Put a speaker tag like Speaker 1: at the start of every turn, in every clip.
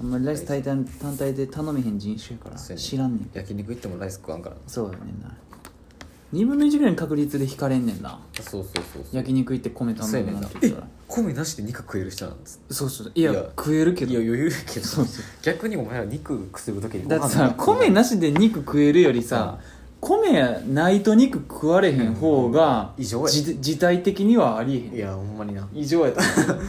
Speaker 1: あんまりライス単体単体で頼めへん人種やから
Speaker 2: そうやね
Speaker 1: 知らんねん
Speaker 2: 焼肉行ってもライス食わんからな
Speaker 1: そうやねんな2分の1ぐらいの確率で引かれんねんな
Speaker 2: そうそうそうそう
Speaker 1: 焼肉行って米
Speaker 2: そう
Speaker 1: 頼
Speaker 2: やね
Speaker 1: む
Speaker 2: ん
Speaker 1: な
Speaker 2: なん
Speaker 1: て
Speaker 2: え
Speaker 1: 言ったら
Speaker 2: 米なしで肉食える人なんです
Speaker 1: そうそういや
Speaker 2: いや
Speaker 1: 食えるけ
Speaker 2: いや
Speaker 1: ど
Speaker 2: 余裕やけど
Speaker 1: そうそう
Speaker 2: 逆にお前ら肉食う時に
Speaker 1: だってさ米なしで肉食えるよりさ米ないと肉食われへん方が
Speaker 2: 異常や
Speaker 1: じ時代的にはあり
Speaker 2: い
Speaker 1: えへん
Speaker 2: やほんまにな
Speaker 1: 異常やと思ううん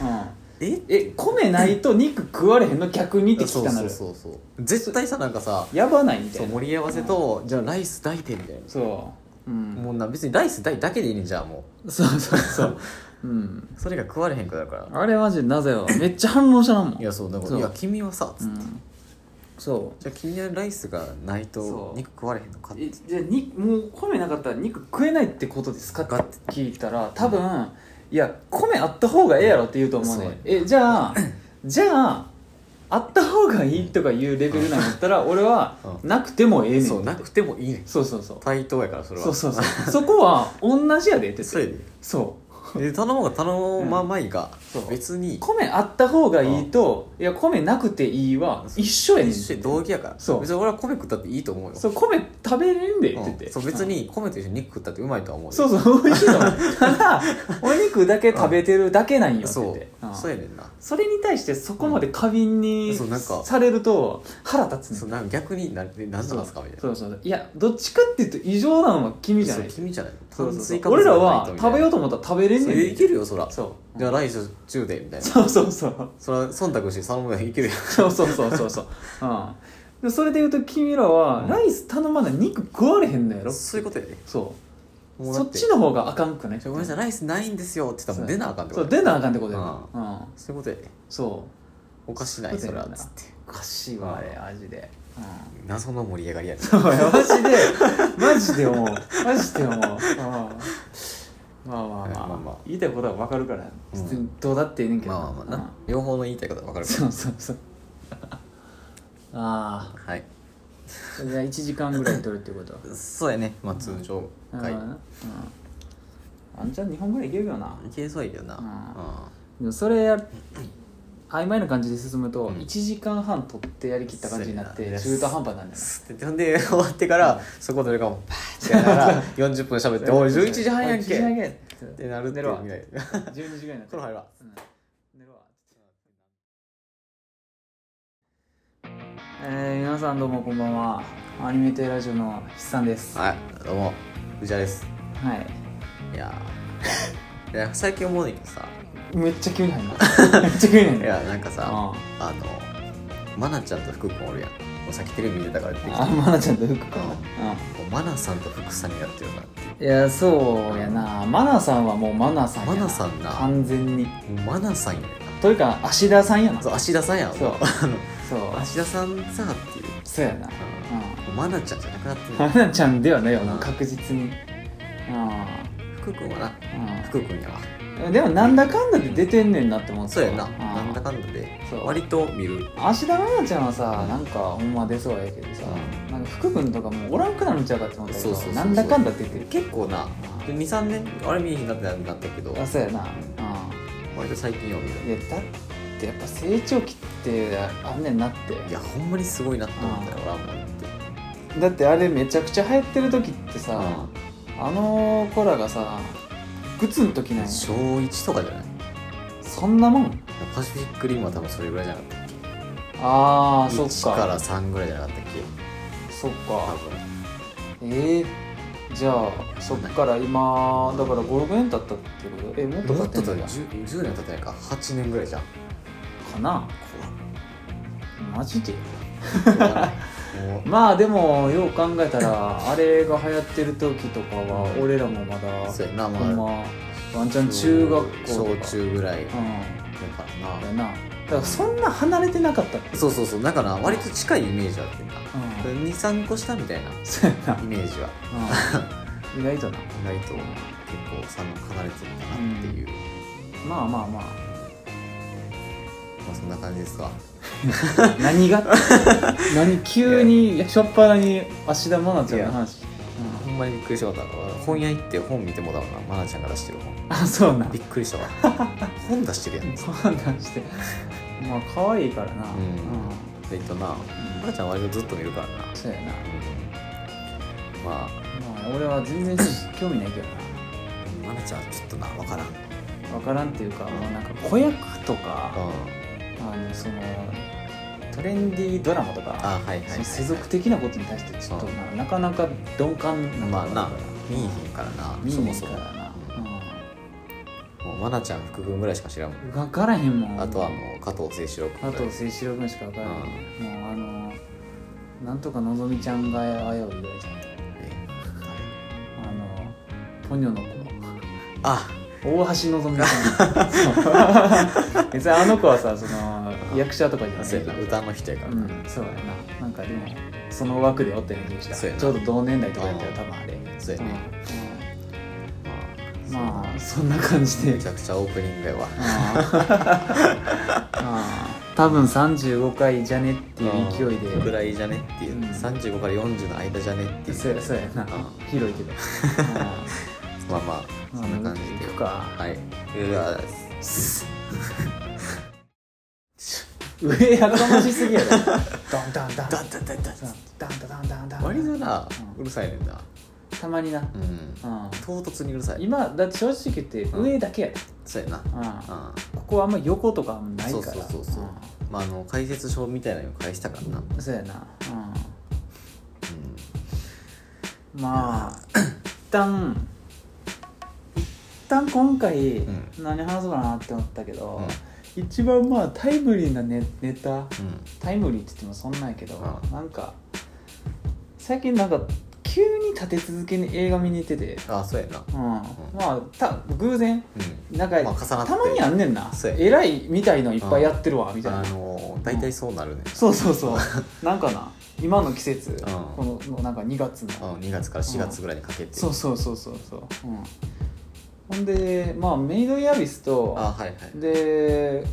Speaker 2: え
Speaker 1: え米ないと肉食われへんの逆にって聞き
Speaker 2: そう
Speaker 1: たな
Speaker 2: そう
Speaker 1: る
Speaker 2: そうそう絶対さなんかさ
Speaker 1: やばないみた
Speaker 2: そう
Speaker 1: いな
Speaker 2: 盛り合わせとじゃあライス大てみたいな
Speaker 1: そううん
Speaker 2: もうな別にライス大だけでいいねんじゃあも
Speaker 1: そうそう そううん
Speaker 2: うそれが食われへんくなるから
Speaker 1: あれマジでなぜよめっちゃ反応したなもん
Speaker 2: いやそうだか
Speaker 1: そ
Speaker 2: ら
Speaker 1: う
Speaker 2: いや君はさつ
Speaker 1: う
Speaker 2: って
Speaker 1: んそ
Speaker 2: じゃあ君はライスがない
Speaker 1: そ
Speaker 2: と
Speaker 1: う
Speaker 2: 肉食われへんのか
Speaker 1: うえじゃあにもう米なかったら肉食えないってことですかって聞いたら多分いや米あった方がええやろって言うと思うねん
Speaker 2: そう
Speaker 1: えじゃあじゃああった方がいいとかいうレベルなんやったら俺は
Speaker 2: う
Speaker 1: なくてもええねんって
Speaker 2: そうなくてもいいねん
Speaker 1: そうそうそう
Speaker 2: 対等やからそれは
Speaker 1: そうそうそうそこは同じやでって
Speaker 2: そうやで
Speaker 1: そう
Speaker 2: で頼もうが頼ままいが
Speaker 1: そう
Speaker 2: 別に
Speaker 1: 米あった方がいいといや米なくていいは一緒やねん
Speaker 2: 一緒に同義やから
Speaker 1: そう
Speaker 2: 別に俺は米食ったっていいと思うよ
Speaker 1: そう米食べれんでって
Speaker 2: うん
Speaker 1: 言って、
Speaker 2: そう別に米と一緒に肉食ったってうまいとは思うよ
Speaker 1: そうそう美味しいと思うただお肉だけ食べてるだけなんよって言っ
Speaker 2: そ
Speaker 1: てう
Speaker 2: うんそうやねんな
Speaker 1: それに対してそこまで過敏に
Speaker 2: うんそうなんか
Speaker 1: されると腹立つ
Speaker 2: そ
Speaker 1: ね
Speaker 2: うなんか逆にな何なんなんですかみたいな
Speaker 1: そうそうそういやどっちかっていうと異常なのは君じゃない
Speaker 2: そう君じゃない
Speaker 1: そうそうそう
Speaker 2: 炭水化物
Speaker 1: 俺
Speaker 2: じゃ
Speaker 1: ら
Speaker 2: ない
Speaker 1: は
Speaker 2: みたい
Speaker 1: 食べ
Speaker 2: な
Speaker 1: ようと思ったら食べれん
Speaker 2: そ
Speaker 1: ねん
Speaker 2: れ
Speaker 1: で
Speaker 2: いけるよそらじ
Speaker 1: そう
Speaker 2: ゃあ来週中でみたいな
Speaker 1: そうそうそう
Speaker 2: それは忖度して頼むやんいけるよ
Speaker 1: そうそうそうそうそう、うん、でそれで言うと君らは、
Speaker 2: うん
Speaker 1: ライス頼まない肉食われへんのやろ
Speaker 2: そういうことやで
Speaker 1: そう
Speaker 2: もうだ
Speaker 1: そ
Speaker 2: っ
Speaker 1: ってちの方があかんくね
Speaker 2: ちょごめんなさいライスないんですよって言ったらもう出なあかんってこ
Speaker 1: そ
Speaker 2: と
Speaker 1: う
Speaker 2: や
Speaker 1: 出なあかんってことやなうん、
Speaker 2: そういうことやで
Speaker 1: そう
Speaker 2: おかしない
Speaker 1: そう
Speaker 2: そ
Speaker 1: だ
Speaker 2: れ
Speaker 1: よ
Speaker 2: は
Speaker 1: な
Speaker 2: つって
Speaker 1: おかしいわあれマジで、うん
Speaker 2: 謎の盛り上がりやね
Speaker 1: そうや マジでマジで思うマジで思う、うんまあまあまあ、
Speaker 2: まあまあ
Speaker 1: 言いたいことは分かるから
Speaker 2: うん
Speaker 1: 別にどうだっていいねんけど
Speaker 2: まあ
Speaker 1: な、
Speaker 2: まあまあ
Speaker 1: うん
Speaker 2: な両方の言いたいことは分かるか
Speaker 1: そうそうそうあ
Speaker 2: らはい
Speaker 1: あじゃあ1時間ぐらい取るってこと
Speaker 2: そうやねまあ通常回
Speaker 1: うんうんあんちゃん日本ぐらいいけるよない
Speaker 2: けそうやけどな
Speaker 1: あ
Speaker 2: う
Speaker 1: でもそれや曖昧な感じで進むと
Speaker 2: うん
Speaker 1: 1時間半取ってやりきった感じになって
Speaker 2: そうやな
Speaker 1: 中途半端なんだ
Speaker 2: ん
Speaker 1: よ
Speaker 2: すってほんで 終わってからそこどれかもパーってやりなが ら40分喋って「おい11時半やんけ」
Speaker 1: 11時半
Speaker 2: っ
Speaker 1: やんけ
Speaker 2: てなるって
Speaker 1: 寝ろわ
Speaker 2: みたい
Speaker 1: 12
Speaker 2: な
Speaker 1: 時ぐらいになって
Speaker 2: 風呂入るわ
Speaker 1: うん寝ろわえー、皆さんどうもこんばんはアニメテラジオの筆さんですは
Speaker 2: はいどうも藤原です
Speaker 1: い
Speaker 2: いやーいや最近思うねんけどさ
Speaker 1: めっちゃ急に入んなめっちゃ急に入ん
Speaker 2: い
Speaker 1: な
Speaker 2: やなんかさ
Speaker 1: あ
Speaker 2: あのマナちゃんと福君おるやんもうさっきテレビ見てたからって
Speaker 1: あまなちゃんと服か
Speaker 2: うん
Speaker 1: うん
Speaker 2: マナさんと福さんになってるなっていう
Speaker 1: いやそうやなマナさんはもうマナさんやな
Speaker 2: マナさんな
Speaker 1: 完全に
Speaker 2: もうマナさんやねんな
Speaker 1: というか芦田さんやな
Speaker 2: そう芦田さんやん
Speaker 1: そう
Speaker 2: もあの
Speaker 1: そう
Speaker 2: 芦田さんさっていう
Speaker 1: そうやな
Speaker 2: うんもうマナちゃんじゃなくなって
Speaker 1: うん
Speaker 2: る
Speaker 1: マナちゃんではないよな
Speaker 2: うん
Speaker 1: 確実に
Speaker 2: 福君はな
Speaker 1: う
Speaker 2: 福君やわ
Speaker 1: んうんでもなんだかんだで出てんねんなって思って
Speaker 2: そうやな、
Speaker 1: ん
Speaker 2: なんだかんだで
Speaker 1: そう
Speaker 2: 割と見る
Speaker 1: 芦田愛菜ちゃんはさなんかほんま出そうやけどさ、
Speaker 2: う
Speaker 1: なんか福君とかもうおらんくなるんちゃうかって思ったけど
Speaker 2: そうそうそうそう
Speaker 1: なんだかんだって言ってる
Speaker 2: 結構な23年あれ見えへんなってなったけど
Speaker 1: あそうやな、
Speaker 2: 割と最近よ見
Speaker 1: うん、い
Speaker 2: る
Speaker 1: やだってやっぱ成長期ってあんねんなって
Speaker 2: いやほんまにすごいなって思ったよ俺はもう
Speaker 1: だってあれめちゃくちゃ流行ってる時ってさ、あの子らがさグツの時なんや
Speaker 2: 小1とかじゃない
Speaker 1: そんなもん
Speaker 2: パシフィックリムは多分それぐらいじゃなかったっ
Speaker 1: ああ
Speaker 2: け
Speaker 1: そっ
Speaker 2: 1か
Speaker 1: から
Speaker 2: 3ぐらいじゃなかったっけ
Speaker 1: そっ
Speaker 2: 多
Speaker 1: か
Speaker 2: 分
Speaker 1: ええじゃあそっから今だから56年経ったってことえもっと
Speaker 2: も
Speaker 1: 経
Speaker 2: っ
Speaker 1: って
Speaker 2: と
Speaker 1: ん
Speaker 2: だ
Speaker 1: の
Speaker 2: よ
Speaker 1: か
Speaker 2: 10, 10年経ってないか8年ぐらいじゃん
Speaker 1: かなマジで
Speaker 2: 怖いも
Speaker 1: まあでもよう考えたらあれが流行ってる時とかは俺らもま
Speaker 2: う
Speaker 1: だ
Speaker 2: そうやな
Speaker 1: ほん
Speaker 2: まあ
Speaker 1: まワンチャン中学校と
Speaker 2: 小
Speaker 1: か
Speaker 2: 中ぐらいだ
Speaker 1: う
Speaker 2: か
Speaker 1: ん
Speaker 2: ら
Speaker 1: だ
Speaker 2: な
Speaker 1: よなだからそんな離れてなかったって
Speaker 2: そうそうそうだから割と近いイメージはあってんな
Speaker 1: うん
Speaker 2: 23個下みたいな
Speaker 1: そうやな
Speaker 2: イメージは
Speaker 1: うん意外とな
Speaker 2: 意外と結構差が離れてるかなっていう、
Speaker 1: まあまあまあ
Speaker 2: まあそんな感じですわ
Speaker 1: 何 が何急にしょっぱなに芦田愛菜ちゃんの話、
Speaker 2: ほんまにびっくりしたことあるわ本屋行って本見てもだわな愛菜ちゃんが出してる本
Speaker 1: うんあそうなん
Speaker 2: びっくりした わ本出してるやん
Speaker 1: そうなんだしてまあ可愛いからな、
Speaker 2: うん
Speaker 1: うん
Speaker 2: えっとなばあちゃん割とずっと見るからな
Speaker 1: そうやな
Speaker 2: うんまあ
Speaker 1: まあ俺は全然興味ないけど
Speaker 2: 愛菜ちゃんはちょっとな分からん
Speaker 1: な分からんっていうかもうなんか子役とかあのそのトレンディードラマとか
Speaker 2: あはいはい
Speaker 1: その世俗的なことに対してちょっとななかなか鈍感な
Speaker 2: まあな見え
Speaker 1: ミ
Speaker 2: へんからな
Speaker 1: 見え
Speaker 2: そ
Speaker 1: へ
Speaker 2: も
Speaker 1: ん
Speaker 2: そ
Speaker 1: か
Speaker 2: も
Speaker 1: らな
Speaker 2: もう愛菜ちゃん福君ぐらいしか知らんも
Speaker 1: うんん分からへんもん
Speaker 2: あとはもう加藤清史郎君
Speaker 1: あ
Speaker 2: ぐら
Speaker 1: と
Speaker 2: い
Speaker 1: 清志郎君しか分からへんもうあのなんとかのぞみちゃんが危ういぐらいじゃん
Speaker 2: え
Speaker 1: あのポニョの子
Speaker 2: あ
Speaker 1: 大橋のぞ みさんそう別にあの子はさその役者とかじゃない
Speaker 2: そうやな歌の人やか
Speaker 1: う
Speaker 2: らな、
Speaker 1: んそうやななんかでもその枠でおったような気がした
Speaker 2: そうやな
Speaker 1: ちょうど同年代とかやったら多分あれ
Speaker 2: そうやね、
Speaker 1: うん
Speaker 2: まあ
Speaker 1: まあそんな感じ
Speaker 2: め
Speaker 1: で
Speaker 2: ちゃくちゃオープニングやわ
Speaker 1: ああああ多分35回じゃねっていう勢い
Speaker 2: ぐ
Speaker 1: で
Speaker 2: らいじゃねっていう、
Speaker 1: うん
Speaker 2: 35から40の間じゃねっていう
Speaker 1: そうやそうやな
Speaker 2: うん
Speaker 1: 広いけどあ
Speaker 2: まあまあ
Speaker 1: あ
Speaker 2: そんな感じで
Speaker 1: まあ行くか
Speaker 2: はいいうわ
Speaker 1: 上やかましすぎ やろドンドンドン
Speaker 2: だだだだ
Speaker 1: ダンダダンダンダン
Speaker 2: 割とな、
Speaker 1: う
Speaker 2: うるさいねんな
Speaker 1: たまにな、
Speaker 2: うん
Speaker 1: うん、
Speaker 2: 唐突にうるさい
Speaker 1: 今だって正直言って
Speaker 2: うん
Speaker 1: 上だけやで、
Speaker 2: そうやな
Speaker 1: うん
Speaker 2: うん
Speaker 1: ここはあんま横とかあんまない
Speaker 2: そ
Speaker 1: か
Speaker 2: う
Speaker 1: ら
Speaker 2: そうそうそう、まああの解説書みたいなのを返したからな、うん、
Speaker 1: うんそうやな、うん、まあ一旦一旦今回
Speaker 2: ん
Speaker 1: 何話そうかなって思ったけど、
Speaker 2: う
Speaker 1: 一番まあタイムリーなネネタ
Speaker 2: うん
Speaker 1: タイムリーって言ってもそんなんやけど、
Speaker 2: う
Speaker 1: なんか最近なんか急に立て続けに映画見に行ってて、
Speaker 2: あそうやな
Speaker 1: うん、まあた偶然
Speaker 2: うん
Speaker 1: なんか、
Speaker 2: まあ重なって
Speaker 1: たまにあんねんな
Speaker 2: そうや
Speaker 1: 偉いみたいのいっぱいやってるわみたいな、
Speaker 2: あの大体そうなるね、
Speaker 1: そうそうそう なんかな今の季節、
Speaker 2: ん
Speaker 1: このなんか2月
Speaker 2: うん
Speaker 1: の、
Speaker 2: 2月から4月ぐらいにかけて、
Speaker 1: そうそうそうそうそう、うん、ほんでまあメイド・イ・アビスと
Speaker 2: あはいはい
Speaker 1: で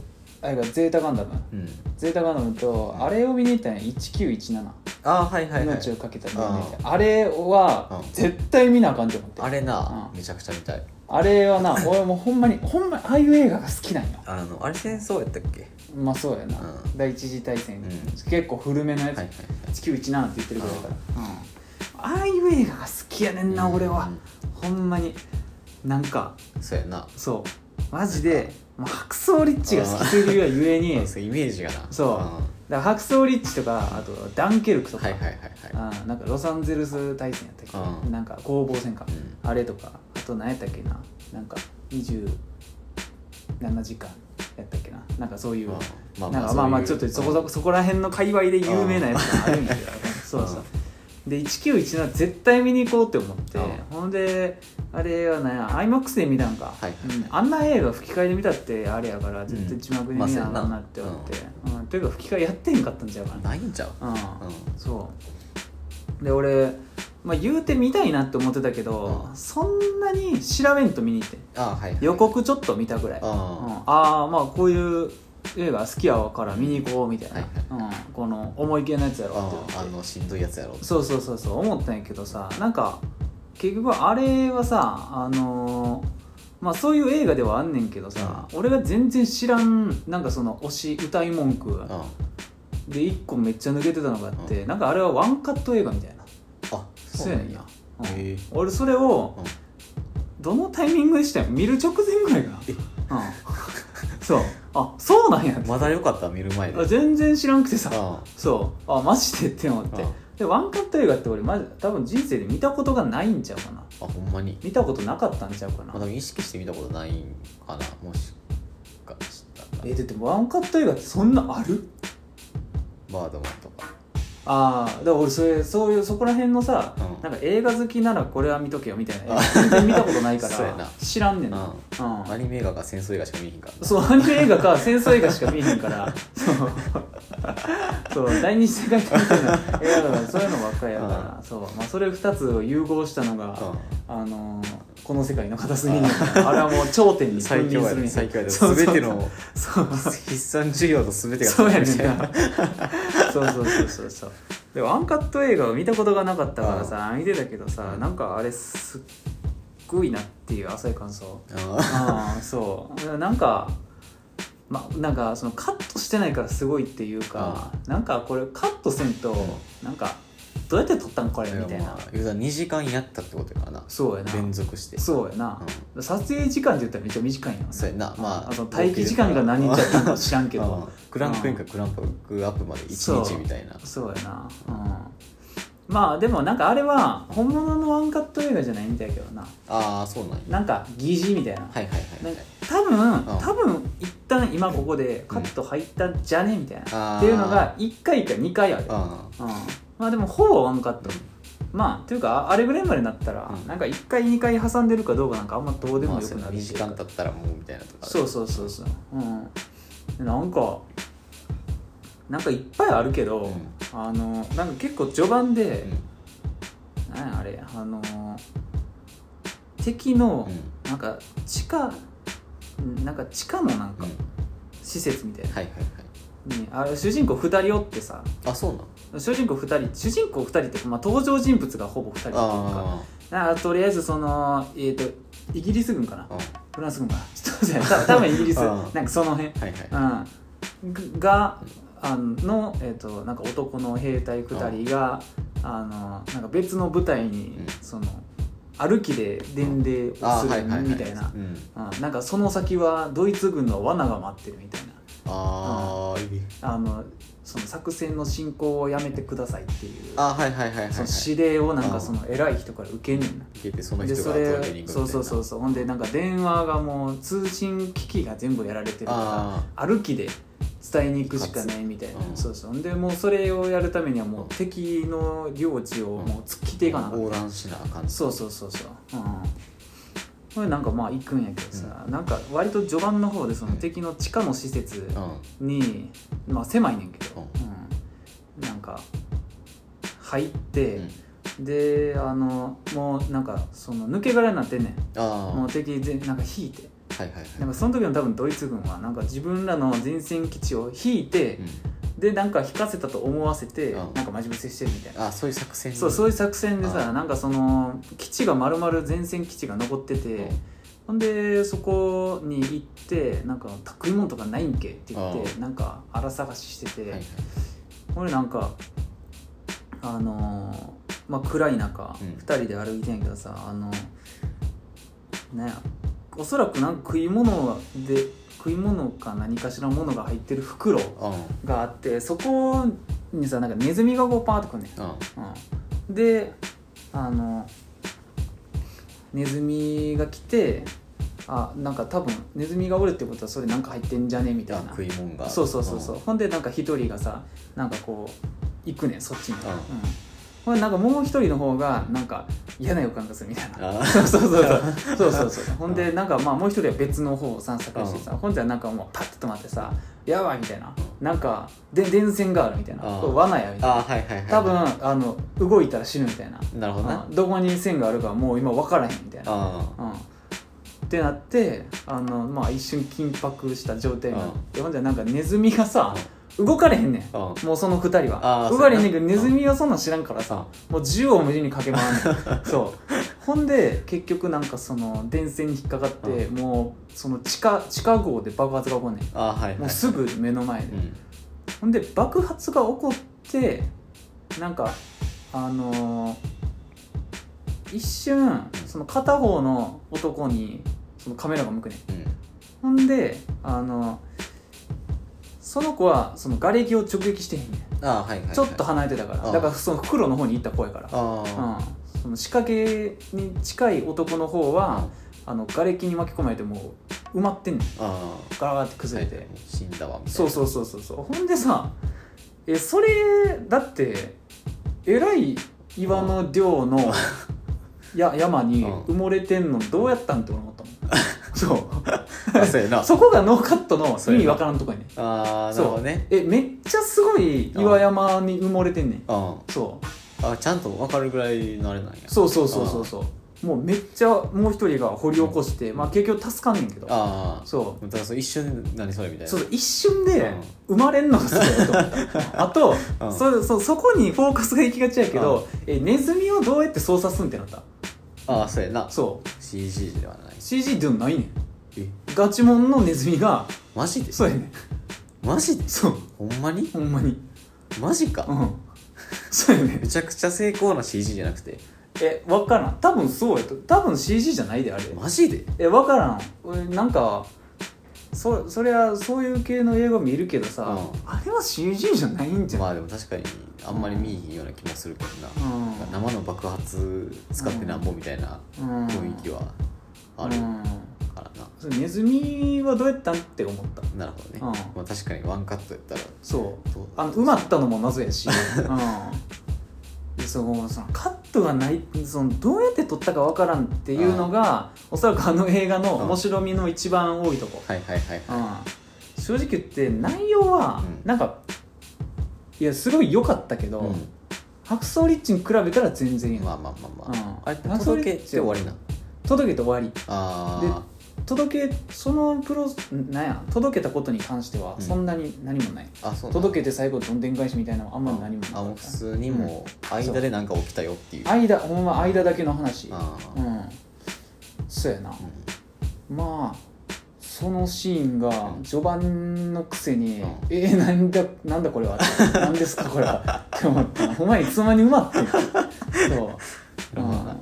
Speaker 1: あれがゼータ・ガンダム
Speaker 2: うん
Speaker 1: ゼータ・ガンダムと、あれを見に行ったんや1917、
Speaker 2: あはいはいはい
Speaker 1: 命をかけたメイドイアビスあれは
Speaker 2: うん
Speaker 1: 絶対見なあかんと思って
Speaker 2: あれな、
Speaker 1: うん
Speaker 2: めちゃくちゃ見たい
Speaker 1: あれは な俺もほんまにほんまにああいう映画が好きなんよ
Speaker 2: あのあれ戦争やったっけ
Speaker 1: まあそうやな、
Speaker 2: うん
Speaker 1: 第一次大戦、
Speaker 2: うん
Speaker 1: 結構古めのやつ、
Speaker 2: はいはい
Speaker 1: 1917って言ってるぐらいだから、うんああいう映画が好きやねんな、俺はほんまになんか
Speaker 2: そうやな
Speaker 1: そうマジでもう白草リッチが好きすぎるがゆえに
Speaker 2: そう
Speaker 1: だ
Speaker 2: そうイメージがな
Speaker 1: そう
Speaker 2: うん
Speaker 1: から白草リッチとかあとダンケルクとか、
Speaker 2: はいはいはいは
Speaker 1: あーなんかロサンゼルス大戦やったっけ、
Speaker 2: うん
Speaker 1: なんか攻防戦か、
Speaker 2: いうん
Speaker 1: あれとかあと何やったっけななんか27時間やったっけななんかそういう、
Speaker 2: うんま
Speaker 1: なんかまあまあちょっとそこそこそこら辺の界隈で有名なやつがあるんだけどそうそうで1917絶対見に行こうって思って
Speaker 2: うん
Speaker 1: ほんであれはなんや IMAX で見たんか、
Speaker 2: はいはい
Speaker 1: うんあんな映画吹き替えで見たってあれやから絶対字幕で見なあ
Speaker 2: まあ
Speaker 1: か
Speaker 2: そ
Speaker 1: ん
Speaker 2: うや
Speaker 1: な
Speaker 2: な
Speaker 1: って思って、うんというか吹き替えやってへんかったんちゃうか
Speaker 2: ないんちゃう
Speaker 1: な、うん
Speaker 2: う
Speaker 1: そうで俺、まあ、言うて見たいなって思ってたけど、
Speaker 2: うん
Speaker 1: そんなに調べんと見に行って
Speaker 2: あはいはい
Speaker 1: 予告ちょっと見たぐらい、うん
Speaker 2: あ
Speaker 1: ああまあこういう映画好きやわから見に行こうみたいな、
Speaker 2: はい
Speaker 1: うん、この思い系のやつやろって思って
Speaker 2: ああのしんどいやつやろ
Speaker 1: そうそうそうそう思ったんやけどさなんか結局あれはさあのーまあそういう映画ではあんねんけどさ、俺が全然知らんなんかその推し歌い文句
Speaker 2: うんあ
Speaker 1: で1個めっちゃ抜けてたのがあって、なんかあれはワンカット映画みたいな
Speaker 2: そうなんや
Speaker 1: うん
Speaker 2: へえ
Speaker 1: 俺それを
Speaker 2: うん
Speaker 1: どのタイミングでしたよ見る直前ぐらいかなうん、そうあそうなんやって
Speaker 2: まだよかった見る前で
Speaker 1: あ全然知らんくてさ
Speaker 2: あ
Speaker 1: そうあマジでって思って
Speaker 2: あ
Speaker 1: でワンカット映画って俺マジ多分人生で見たことがないんちゃうかな
Speaker 2: あほんまに
Speaker 1: 見たことなかったんちゃうかな
Speaker 2: まだ意識して見たことないんかなもしかしたら
Speaker 1: えだってワンカット映画ってそんなある
Speaker 2: バードマンとか
Speaker 1: ああだから俺それそういうそこら辺のさ、
Speaker 2: うん
Speaker 1: なんか映画好きならこれは見とけよみたいな
Speaker 2: あ
Speaker 1: 全然見たことないか
Speaker 2: そうや
Speaker 1: ら
Speaker 2: な
Speaker 1: 知らんねんな、う
Speaker 2: ア
Speaker 1: ん、
Speaker 2: ニメ映画か戦争映画しか見えへんからな
Speaker 1: そうアニメ映画か戦争映画しか見えへんからそうそう第二次世界大戦の映画とかそういうのばっかりやから、そうまあ、それ2つを融合したのが、あのーこの世界の片隅にあれはもう頂点に
Speaker 2: 最
Speaker 1: 君
Speaker 2: 強
Speaker 1: 臨
Speaker 2: や
Speaker 1: する
Speaker 2: で
Speaker 1: みたい
Speaker 2: 最
Speaker 1: なそ
Speaker 2: 強やで
Speaker 1: うそう
Speaker 2: 全ての
Speaker 1: そう
Speaker 2: 筆算授業と全てが
Speaker 1: そうやねん
Speaker 2: みた
Speaker 1: なそうそうそうそうそうでもアンカット映画を見たことがなかったからさ見てたけどさなんかあれすっごいなっていう浅い感想
Speaker 2: いなあ
Speaker 1: ああそうなんかまあ、なんかそのカットしてないからすごいっていうか、なんかこれカットせんとなんかどうやって撮ったんこれみたいな、
Speaker 2: まあ言うたら2時間やったってことやからな
Speaker 1: そうやな
Speaker 2: 連続して
Speaker 1: そうやな、撮影時間って言ったらめっちゃ短いんやな
Speaker 2: そうやなまあ
Speaker 1: あと待機時間が何日やったのか知らんけ
Speaker 2: うん
Speaker 1: ど
Speaker 2: クランクインかクランクアップまで1日みたいな
Speaker 1: そうやなうんまあでもなんかあれは本物のワンカット映画じゃないみたいやけどな
Speaker 2: ああそうなんや
Speaker 1: なんか疑似みたいな、
Speaker 2: はいはいはい、
Speaker 1: な
Speaker 2: は
Speaker 1: ん
Speaker 2: い
Speaker 1: か、多分、
Speaker 2: ん
Speaker 1: 多分一旦今ここでカット入ったんじゃねみたいな、
Speaker 2: あー
Speaker 1: っていうのが1回か2回ある、うん
Speaker 2: あ
Speaker 1: まあでもほぼワンカット、
Speaker 2: うん
Speaker 1: まあというかああれぐらいまでなったら、
Speaker 2: うん
Speaker 1: なんか1回2回挟んでるかどうかなんかあんまどう
Speaker 2: あ
Speaker 1: で
Speaker 2: ま
Speaker 1: も
Speaker 2: あ
Speaker 1: よく
Speaker 2: そうや
Speaker 1: な
Speaker 2: な
Speaker 1: る
Speaker 2: 2
Speaker 1: っていう
Speaker 2: 時
Speaker 1: か
Speaker 2: 間経ったらもうみたいなとか
Speaker 1: そうそうそうそううんなんかなんかいっぱいあるけど、
Speaker 2: うん
Speaker 1: あのなんか結構序盤で
Speaker 2: うん、
Speaker 1: なんやあれあの敵の
Speaker 2: うん、
Speaker 1: なんか地下なんか地下のなんか
Speaker 2: うん
Speaker 1: 施設みたいな
Speaker 2: はいはいはい
Speaker 1: にあれ主人公2人おってさ
Speaker 2: あそうなん
Speaker 1: 主人公2人主人公2人って、まあ、登場人物がほぼ2人っていうか
Speaker 2: あ
Speaker 1: なんかとりあえずそのえっ、とイギリス軍かな
Speaker 2: あうん
Speaker 1: フランス軍かな ちょっと待ってた多分イギリス
Speaker 2: うん
Speaker 1: なんかその辺
Speaker 2: はいはい
Speaker 1: うん、があの、えー、となんか男の兵隊2人があのなんか別の部隊に、
Speaker 2: うん
Speaker 1: その歩きで伝令を
Speaker 2: あ
Speaker 1: す
Speaker 2: ーはいはいは
Speaker 1: る
Speaker 2: い
Speaker 1: みたいな
Speaker 2: う、ん、
Speaker 1: うん、なんかその先はドイツ軍の罠が待ってるみたいな
Speaker 2: あーいい
Speaker 1: あのその作戦の進行をやめてくださいっていう
Speaker 2: あーはいはいはいはいはい
Speaker 1: その指令をなん
Speaker 2: う
Speaker 1: か
Speaker 2: ん
Speaker 1: その偉い人から受けんねんな。
Speaker 2: 受けてその
Speaker 1: で
Speaker 2: 人が
Speaker 1: そ
Speaker 2: 届
Speaker 1: れ
Speaker 2: けに行くみたいな
Speaker 1: そうそうそうそうほんでなんか電話がもう通信機器が全部やられてるから
Speaker 2: あ
Speaker 1: 歩きで伝えに行くしかないみたいな、
Speaker 2: うん
Speaker 1: そうそうでもうそれをやるためにはもう敵の領地をもう突き
Speaker 2: あ
Speaker 1: ていかなあかん
Speaker 2: 横断しなあかん
Speaker 1: そうそうそうそううんこれなんかまあ行くんやけどさ、なんか割と序盤の方でその敵の地下の施設
Speaker 2: うん
Speaker 1: に、まあ狭いねんけど、
Speaker 2: うん
Speaker 1: うんなんか入って
Speaker 2: うん、
Speaker 1: であのもうなんかその抜け殻になってんねん
Speaker 2: ああ
Speaker 1: も
Speaker 2: は
Speaker 1: う敵全なんか引いて
Speaker 2: いはいはい
Speaker 1: なんかその時の多分ドイツ軍はなんか自分らの前線基地を引いて、
Speaker 2: うん
Speaker 1: でなんか引かせたと思わせて、
Speaker 2: うん
Speaker 1: なんか真面目せしてるみたいな、
Speaker 2: あそういう作戦
Speaker 1: そうそういう作戦でさ、
Speaker 2: うん
Speaker 1: なんかその基地が丸々前線基地が残ってて、
Speaker 2: うん
Speaker 1: ほんでそこに行ってなんか食い物とかないんけって言って、
Speaker 2: う
Speaker 1: なんか荒探ししてて、
Speaker 2: はいはい
Speaker 1: 俺なんかあのーまあ暗い中、
Speaker 2: う
Speaker 1: 二
Speaker 2: ん
Speaker 1: 人で歩いてんやけどさあのなんやおそらくなんか食い物で食い物か何かしらのものが入ってる袋
Speaker 2: う
Speaker 1: があってそこにさなんかネズミがこうパーッとくんね
Speaker 2: んうん
Speaker 1: ん、うん、であのネズミが来てあなんか多分ネズミがおるってことはそれなんか入ってんじゃねみたい
Speaker 2: あ
Speaker 1: な
Speaker 2: 食い物が
Speaker 1: そうそうそうそう、ほんでなんか一人がさなんかこう行くねんそっちに、
Speaker 2: うん
Speaker 1: うんほんでなんかもう一人の方がなんか嫌な予感がするみたいな
Speaker 2: あー
Speaker 1: そうそうそうそうそうそうそうほんで
Speaker 2: う
Speaker 1: なんかまあもう一人は別の方を散策してさ、ほんじゃなんかもうパッと止まってさ「やばい」みたいな、
Speaker 2: う
Speaker 1: なんかで電線があるみたいな
Speaker 2: あー
Speaker 1: これ罠やみたいな
Speaker 2: あーはいはいはい
Speaker 1: 多分あの動いたら死ぬみたいな、
Speaker 2: なるほどな
Speaker 1: うんどこに線があるかはもう今分からへんみたいな
Speaker 2: あ
Speaker 1: うんってなってあの、まあ、一瞬緊迫した状態になって、ほんじゃなんかネズミがさ、動かれへんねん、
Speaker 2: あ
Speaker 1: もうその2人は
Speaker 2: あー
Speaker 1: 動かれへんねんけ
Speaker 2: そ
Speaker 1: ど
Speaker 2: うやな
Speaker 1: ネズミはそんなん知らんからさ、もう銃を無尽にかけ回んね んそうほんで結局なんかその電線に引っかかって、もうその地下地下壕で爆発が起こんねん
Speaker 2: あーはいはい
Speaker 1: もうすぐ目の前で、
Speaker 2: うん
Speaker 1: ほんで爆発が起こってなんかあのー一瞬その片方の男にそのカメラが向くねん
Speaker 2: うん
Speaker 1: ほんであのその子はその瓦礫を直撃してへんねん、
Speaker 2: あーはいはいはい
Speaker 1: ちょっと離れてたから
Speaker 2: ああ
Speaker 1: だからその袋の方に行った子やから
Speaker 2: あ
Speaker 1: うん、その仕掛けに近い男の方
Speaker 2: あ
Speaker 1: は、あの瓦礫に巻き込まれてもう埋まってんねん
Speaker 2: あ
Speaker 1: ガラガラって
Speaker 2: あ
Speaker 1: 崩れて、
Speaker 2: 死んだわみたいな
Speaker 1: そうそうそうそうそうほんでさえそれだってえらい岩の量のや山に
Speaker 2: うん
Speaker 1: 埋もれてんのどうやったんって俺思ったもん そう
Speaker 2: あそうやな
Speaker 1: そこがノーカットの意味わからんとこやねん
Speaker 2: ああなるほどね
Speaker 1: えめっちゃすごい岩山に埋もれてんねん
Speaker 2: うん
Speaker 1: そう
Speaker 2: あちゃんと分かるぐらいのあれなんや
Speaker 1: そうそうそうそうそうもうめっちゃもう一人が掘り起こしてまあ結局助かんねんけど
Speaker 2: ああ
Speaker 1: そう
Speaker 2: だからそう一瞬で何それみたいな
Speaker 1: そうそう一瞬で生まれんのがすごいなと思 ったあと、
Speaker 2: うん
Speaker 1: そそそこにフォーカスが行きがちやけど、えネズミをどうやって操作すんってなった
Speaker 2: ああそうやな
Speaker 1: そう
Speaker 2: CG ではない
Speaker 1: CG でもないねん
Speaker 2: え
Speaker 1: ガチモンのネズミが
Speaker 2: マジで
Speaker 1: そうやねん
Speaker 2: マジで
Speaker 1: そう
Speaker 2: ほんまに
Speaker 1: ほんまに
Speaker 2: マジか、
Speaker 1: うんそうやねん
Speaker 2: めちゃくちゃ精巧な CG じゃなくて
Speaker 1: え分からん多分そうやと多分 CG じゃないであれ
Speaker 2: マジで
Speaker 1: え分からん俺なんかそそりゃそういう系の映画見るけどさ、
Speaker 2: う
Speaker 1: あれは CG じゃないんじゃな
Speaker 2: ま
Speaker 1: い、
Speaker 2: あでも確かにあんまり見えへんような気もするけどな、
Speaker 1: う、
Speaker 2: 生の爆発使ってなんぼみたいなん雰囲気
Speaker 1: は
Speaker 2: はある
Speaker 1: うん、
Speaker 2: からな、
Speaker 1: それネズミはどうやったんって思った
Speaker 2: なるほどね、
Speaker 1: うん
Speaker 2: まあ、確かにワンカットやったら
Speaker 1: そう
Speaker 2: どう
Speaker 1: あの埋まったのも謎 やし、うん、でそのそのカットがないそのどうやって撮ったかわからんっていうのがおそらくあの映画の面白みの一番多いとこ、
Speaker 2: はいはいはいはい、
Speaker 1: うん、正直言って内容は
Speaker 2: うん
Speaker 1: なんか、いやすごい良かったけど、
Speaker 2: う
Speaker 1: 白装リッチに比べたら全然いい
Speaker 2: ん、まあまあまあまあ、
Speaker 1: うん
Speaker 2: あれ届けて終わりな
Speaker 1: 届けて終わり
Speaker 2: あ
Speaker 1: 届けそのプロなんや届けたことに関しては
Speaker 2: うん
Speaker 1: そんなに何もない、
Speaker 2: ーあそうなんだ
Speaker 1: 届けて最後どんでん返しみたいなのはあんまり何もな
Speaker 2: あ
Speaker 1: か
Speaker 2: もう
Speaker 1: っ
Speaker 2: 普
Speaker 1: た
Speaker 2: 通にもう間で何か起きたよっていう、
Speaker 1: 間ほんま間だけの話
Speaker 2: あー
Speaker 1: うんそうやなまあそのシーンが
Speaker 2: うん
Speaker 1: 序盤のくせに、
Speaker 2: うん
Speaker 1: えー、なんだなんだこれは何ですかこれはって思ってお前いつの間に埋まってんそう
Speaker 2: なるほどな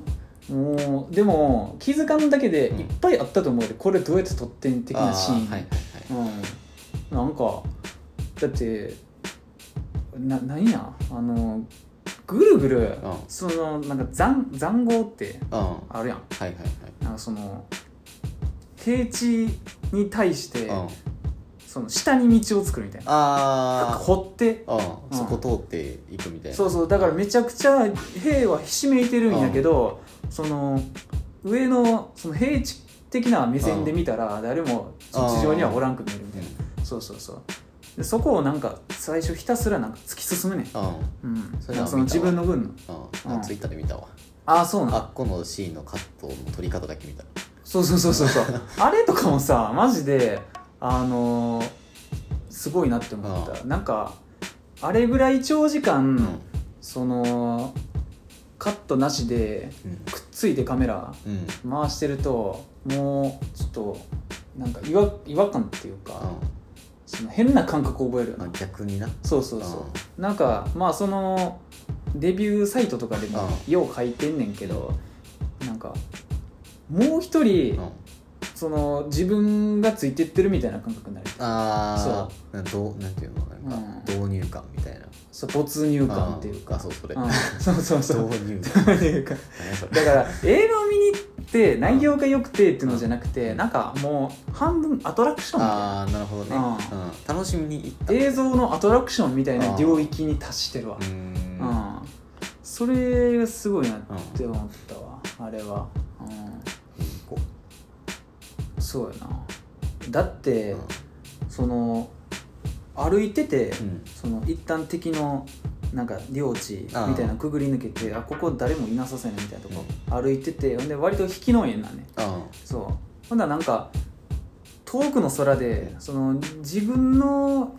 Speaker 1: うんもうでも気づかんだけで
Speaker 2: うん
Speaker 1: いっぱいあったと思うで、これどうやって撮ってん的なシーン
Speaker 2: あはいはい
Speaker 1: うん、なんかだってななんやあのぐるぐる、
Speaker 2: ん
Speaker 1: そのなんか残残壕って
Speaker 2: はいうん
Speaker 1: あるやん
Speaker 2: はいはいはい
Speaker 1: なんかその平地に対して、
Speaker 2: うん
Speaker 1: その下に道を作るみたいななんか
Speaker 2: あ
Speaker 1: 掘って
Speaker 2: あ
Speaker 1: うん
Speaker 2: そこ通っていくみたいな
Speaker 1: そうそうだからめちゃくちゃ兵はひしめいてるんやけど、その上のその平地的な目線で見たら誰も地上にはおらんく見えるみた
Speaker 2: う
Speaker 1: い
Speaker 2: ん
Speaker 1: な。そうそうそうでそこをなんか最初ひたすらなんか突き進むねん、
Speaker 2: うん
Speaker 1: うん、
Speaker 2: それ
Speaker 1: なん
Speaker 2: は
Speaker 1: かその
Speaker 2: 見た
Speaker 1: 自
Speaker 2: わ
Speaker 1: 分の分の
Speaker 2: うん
Speaker 1: う
Speaker 2: あ
Speaker 1: ん
Speaker 2: ツイッターで見たわ
Speaker 1: ああそうなん
Speaker 2: あっこのシーンのカットの撮り方だけ見た
Speaker 1: そうそうそうそうそう あれとかもさマジであのーすごいなって思った、なんかあれぐらい長時間、
Speaker 2: うん
Speaker 1: そのカットなしで
Speaker 2: うん
Speaker 1: くっついてカメラ
Speaker 2: うん
Speaker 1: 回してるともうちょっとなんか違和違和感っていうか、その変な感覚を覚えるよ
Speaker 2: ま
Speaker 1: な
Speaker 2: あ逆にな
Speaker 1: そうそうそうなんかまあそのデビューサイトとかでもよう書いてんねんけどなんかもう一
Speaker 2: う
Speaker 1: 人
Speaker 2: ん
Speaker 1: その自分がついてってるみたいな感覚になる
Speaker 2: ああなんどうなんていうのなんか導入感みたいな
Speaker 1: そう没入感っていう
Speaker 2: あ
Speaker 1: か
Speaker 2: そうそれ
Speaker 1: うんそうそうそう
Speaker 2: 導入感
Speaker 1: っていうか
Speaker 2: 何そ
Speaker 1: だ
Speaker 2: れ
Speaker 1: から映画を見に行って内容が良くてっていうのじゃなくてなんかもう半分アトラクションみたいな
Speaker 2: ああなるほどね、
Speaker 1: う
Speaker 2: うん楽しみに行った
Speaker 1: 映像のアトラクションみたいな領域に達してるわ
Speaker 2: うーん
Speaker 1: うんそれがすごいなって思ったわ、あれは、う
Speaker 2: こ
Speaker 1: ん、そうやなだっ
Speaker 2: う
Speaker 1: て、
Speaker 2: うん
Speaker 1: その歩いてて、
Speaker 2: うん
Speaker 1: その一旦敵のなんか領地
Speaker 2: あー
Speaker 1: みたいなのくぐり抜けてあここ誰もいなさそうやなみたいなとこ、歩いててほんで割と引きのえんなね
Speaker 2: あ
Speaker 1: そうほんならなんか遠くの空でその自分の、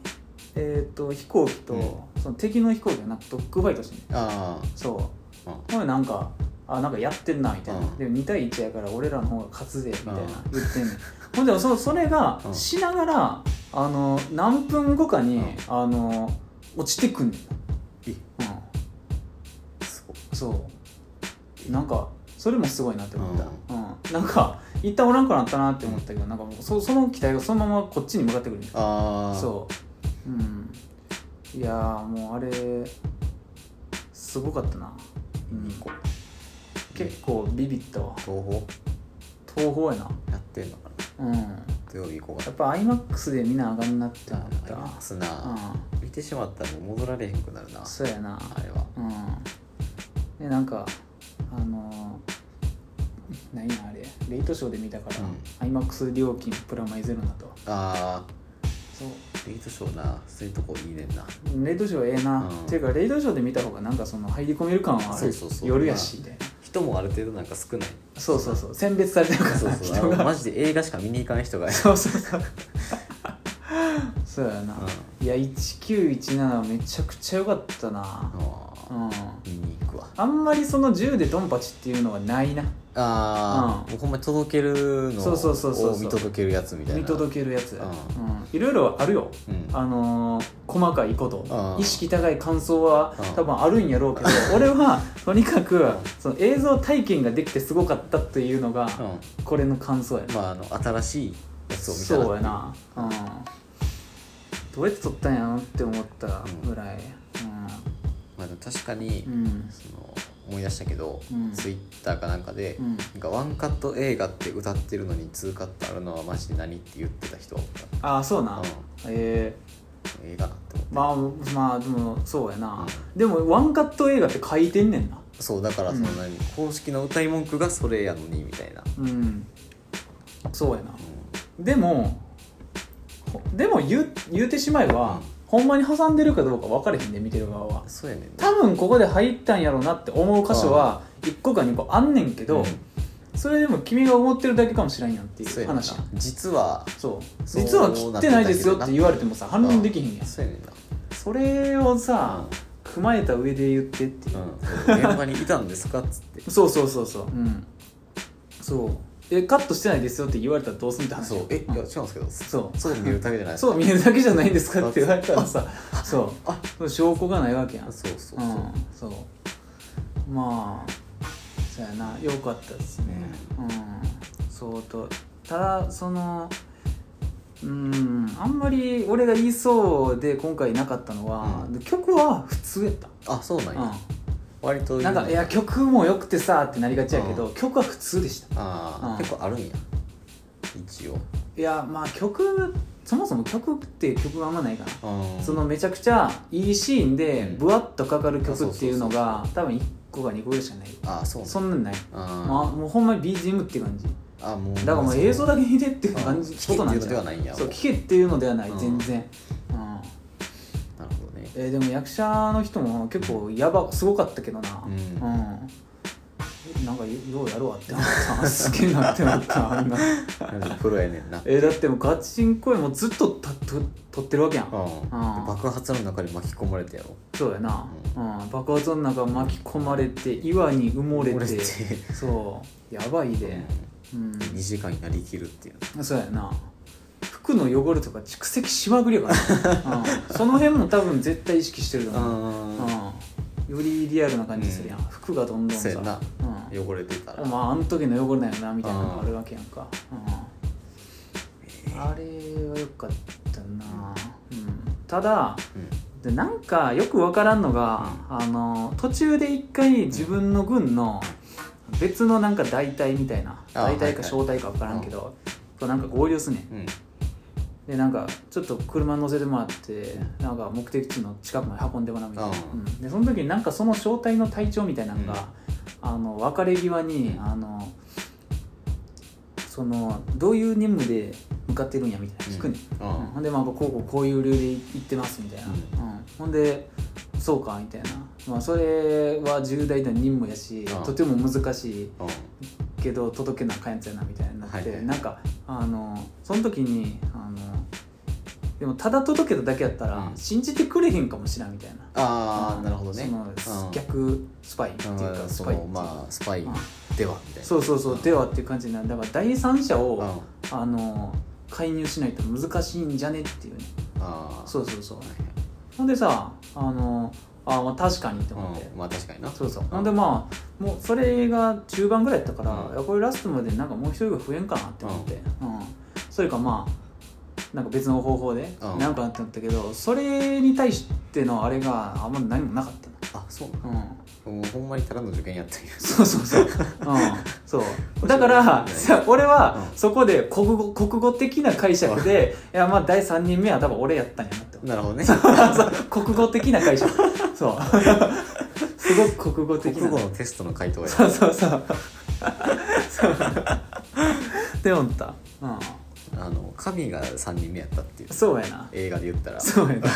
Speaker 1: えー、と飛行機と、
Speaker 2: う
Speaker 1: その敵の飛行機がなんかドッグファイトしてんね
Speaker 2: ーあ
Speaker 1: そう
Speaker 2: ーうん
Speaker 1: ほんでなんかあなんかやってんなみたいな、
Speaker 2: うん
Speaker 1: でも2対1やから俺らの方が勝つでみたいな
Speaker 2: うん
Speaker 1: 言ってんねんほんでそそれが
Speaker 2: うん
Speaker 1: しながらあの何分後かに、
Speaker 2: うん
Speaker 1: あの落ちてくんね
Speaker 2: え
Speaker 1: ん、うん、
Speaker 2: すごい
Speaker 1: そうなんかそれもすごいなって思った、うんなんか一旦おらんくなったなって思ったけどなんかもうそその期待がそのままこっちに向かってくるねん
Speaker 2: ああ
Speaker 1: そううんいやーもうあれすごかったな、うん
Speaker 2: 2個
Speaker 1: 結構ビビったわ
Speaker 2: 東宝
Speaker 1: 東宝やな
Speaker 2: やってんのかな
Speaker 1: うん
Speaker 2: 土曜日行こう
Speaker 1: や
Speaker 2: か
Speaker 1: っぱ IMAX で見なあかんなって思
Speaker 2: な
Speaker 1: った
Speaker 2: あります
Speaker 1: う
Speaker 2: なん見てしまったらもう戻られへんくなるな
Speaker 1: そうやな
Speaker 2: あれは
Speaker 1: うんでなんかあのー、何やあれレイトショーで見たから、IMAX 料金プラマイゼロだと
Speaker 2: ああ
Speaker 1: そう
Speaker 2: レイトショーなそういうとこいいねんな
Speaker 1: レイトショーええな、
Speaker 2: うん
Speaker 1: っていうかレイトショーで見た方がなんかその入り込める感はある
Speaker 2: そうそうそう
Speaker 1: 夜やしみたいな
Speaker 2: 人もある程度なんか少ない
Speaker 1: そうそうそう選別さ れてるから
Speaker 2: そうそうあ
Speaker 1: 人
Speaker 2: の
Speaker 1: が
Speaker 2: マジで映画しか見に行かない人が
Speaker 1: そうそうそうそうやな、いや1917はめちゃくちゃ良かったな
Speaker 2: あ
Speaker 1: う
Speaker 2: ー
Speaker 1: ん
Speaker 2: 見に行くわ
Speaker 1: あんまりその銃でドンパチっていうのはないな
Speaker 2: ああ、
Speaker 1: うん
Speaker 2: もうほんまに届けるの
Speaker 1: そうそうそうそう
Speaker 2: を見届けるやつみたいな
Speaker 1: 見届けるやつ、うん
Speaker 2: うん
Speaker 1: いろいろあるよ
Speaker 2: うん
Speaker 1: あのー細かいこと
Speaker 2: うん
Speaker 1: 意識高い感想は
Speaker 2: うん
Speaker 1: 多分あるんやろうけど俺はとにかくその映像体験ができてすごかったっていうのが
Speaker 2: う
Speaker 1: これの感想や
Speaker 2: ん
Speaker 1: な
Speaker 2: まああの新しいやつを見たら
Speaker 1: そうやなうんどうやって撮ったんやろって思ったぐらい
Speaker 2: まあ、でも確かに、
Speaker 1: うんうん
Speaker 2: その思い出したけど、
Speaker 1: うん
Speaker 2: ツイッターかなんかで、
Speaker 1: うん
Speaker 2: なんかワンカット映画って歌ってるのにツーカットあるのはマジで何って言ってた人はおった
Speaker 1: ああそうな、
Speaker 2: うん
Speaker 1: え
Speaker 2: 映画なって思って、
Speaker 1: ー、まあまあでもそうやな、
Speaker 2: う
Speaker 1: でもワンカット映画って書いてんねんな
Speaker 2: そうだからその
Speaker 1: うん
Speaker 2: 何、公式の歌い文句がそれやのにみたいな、
Speaker 1: うんそうやな
Speaker 2: う
Speaker 1: でもほでも言う言うてしまえば、
Speaker 2: うん
Speaker 1: ほんまに挟んでるかどうか分かれへんで見てる側は
Speaker 2: ん、そうやねんな
Speaker 1: 多分ここで入ったんやろうなって思う箇所は1個か2個あんねんけど、
Speaker 2: うん
Speaker 1: それでも君が思ってるだけかもしれんやんって
Speaker 2: そ
Speaker 1: いうう
Speaker 2: やねんな
Speaker 1: 話やん
Speaker 2: 実は
Speaker 1: そう
Speaker 2: そう
Speaker 1: 実は切ってないですよって言われてもさ反論できへんやん
Speaker 2: そうやねんな
Speaker 1: それをさ、踏まえた上で言ってっていう、
Speaker 2: うん、現場にいたんですかっつっ て
Speaker 1: そうそうそうそううんそうえカットしてないですよって言われたらどうすんって話
Speaker 2: そうえいや違うん
Speaker 1: ん
Speaker 2: ですけど
Speaker 1: そう
Speaker 2: そう見るためじゃない
Speaker 1: そう見えるだけじゃないんですかって言われたらさそう
Speaker 2: あ
Speaker 1: その証拠がないわけやん
Speaker 2: そうそうそう、
Speaker 1: うんそうまあそうやな良かったですねうん相当ただそのうんあんまり俺が言いそうで今回なかったのは、
Speaker 2: う
Speaker 1: 曲は普通やった、
Speaker 2: あそうなんや、割と
Speaker 1: うん、なんかいや曲も良くてさってなりがちやけど、
Speaker 2: う
Speaker 1: 曲は普通でした
Speaker 2: ああ、
Speaker 1: うん
Speaker 2: 結構あるんや一応
Speaker 1: いやまあ曲そもそも曲って曲があんまないかなそ
Speaker 2: そ
Speaker 1: のめちゃくちゃいいシーンで
Speaker 2: うん
Speaker 1: ブワッとかかる曲っていうの
Speaker 2: あ
Speaker 1: が多分1個か2個ぐらいしかない
Speaker 2: ああそう
Speaker 1: そ
Speaker 2: なん
Speaker 1: なんないまあ、
Speaker 2: あ
Speaker 1: もうほんまに BGM っていう感じ
Speaker 2: あもう
Speaker 1: だからもう映像だけ見てっていう感じ
Speaker 2: あ聞けっていうのではないんや
Speaker 1: そう
Speaker 2: もう
Speaker 1: 聞けっていうのではない
Speaker 2: うん
Speaker 1: 全然、うん
Speaker 2: なるほどね
Speaker 1: えーでも役者の人も結構やばすごかったけどな
Speaker 2: うん
Speaker 1: うんなんかようやるわってなったすげえなってなったあ んな
Speaker 2: プロやねんな
Speaker 1: えーだってもうガチンコやもうずっとたと撮ってるわけやん
Speaker 2: うん爆発の中に巻き込まれてやろ
Speaker 1: そうやな、うん、爆発の中巻き込まれて岩に埋もれて
Speaker 2: 俺って
Speaker 1: そうやばいで、うん
Speaker 2: 2時間になりきるっていう
Speaker 1: そうやな服の汚れとか蓄積しまくりやからな、うん、その辺も多分絶対意識してると思う、
Speaker 2: あ
Speaker 1: うん、よりリアルな感じするやん、服がどんどんさ
Speaker 2: そうやな
Speaker 1: うん
Speaker 2: 汚れてたら
Speaker 1: まああの時の汚れなんやなみたいなのがあるわけやんか、うん、あれはよかったな、うん、ただ
Speaker 2: うん
Speaker 1: でなんかよく分からんのが、あの途中で一回自分の軍の別のなんか大隊みたいな
Speaker 2: あ
Speaker 1: 大隊
Speaker 2: はいは
Speaker 1: か
Speaker 2: い
Speaker 1: 小隊か分からんけど、となんか合流すねん
Speaker 2: うん
Speaker 1: でなんかちょっと車乗せてもらってなんか目的地の近くまで運んでもらうみたいな、
Speaker 2: う
Speaker 1: うんんでその時になんかその小隊の隊長みたいなのが、あの別れ際にあのそのどういう任務で向かってるんやみたいな聞くねん、
Speaker 2: うん
Speaker 1: うんほんでまあこうこうこういう理由で行ってますみたいな、
Speaker 2: う
Speaker 1: うんほんでそうかみたいな、まあ、それは重大な任務やし、
Speaker 2: うん
Speaker 1: とても難しい
Speaker 2: うん
Speaker 1: けど届けなあかんやつやなみたいになって、
Speaker 2: はいはい
Speaker 1: なんかあのその時にあのでもただ届けただけやったら、
Speaker 2: うん
Speaker 1: 信じてくれへんかもしらんみたいな
Speaker 2: ああなるほどね
Speaker 1: その
Speaker 2: うん
Speaker 1: 逆スパイっていう
Speaker 2: う
Speaker 1: か
Speaker 2: ん
Speaker 1: ス
Speaker 2: そ
Speaker 1: パイってい
Speaker 2: の
Speaker 1: う
Speaker 2: まあスパイ
Speaker 1: うん
Speaker 2: ではみたいな
Speaker 1: そうそうそう、
Speaker 2: ん
Speaker 1: ではっていう感じになるだから第三者を、
Speaker 2: うんあ
Speaker 1: あの介入しないと難しいんじゃねっていうね
Speaker 2: あ
Speaker 1: そうそうそう
Speaker 2: はい
Speaker 1: ほんでさあのあまあ確かにって思っ
Speaker 2: は
Speaker 1: て
Speaker 2: い、うんまあ確かにな
Speaker 1: そうそう
Speaker 2: うん
Speaker 1: ほんでまあもうそれが中盤ぐらいやったから、
Speaker 2: うん
Speaker 1: いやこれラストまでなんかもう一人が増えんかなって思って、うんそれかまあなんか別の方法で
Speaker 2: うん
Speaker 1: なんかなって思ったけど、それに対してのあれがあんま何もなかった
Speaker 2: あそうなの
Speaker 1: な、うん、
Speaker 2: もうほんまにただの受験やったんや
Speaker 1: そうそう そう、うん、そうだからさ 俺は
Speaker 2: うん
Speaker 1: そこで国語国語的な解釈で、いやまあ第3人目は多分俺やったんやなって思って
Speaker 2: なるほど ね
Speaker 1: そう国語的な会社そうすごく国語的
Speaker 2: 国
Speaker 1: な
Speaker 2: 語のテストの回答や
Speaker 1: そうそうそうそうで思ったうん
Speaker 2: あの神が3人目やったっていう
Speaker 1: そうやな
Speaker 2: 映画で言ったら
Speaker 1: そうやな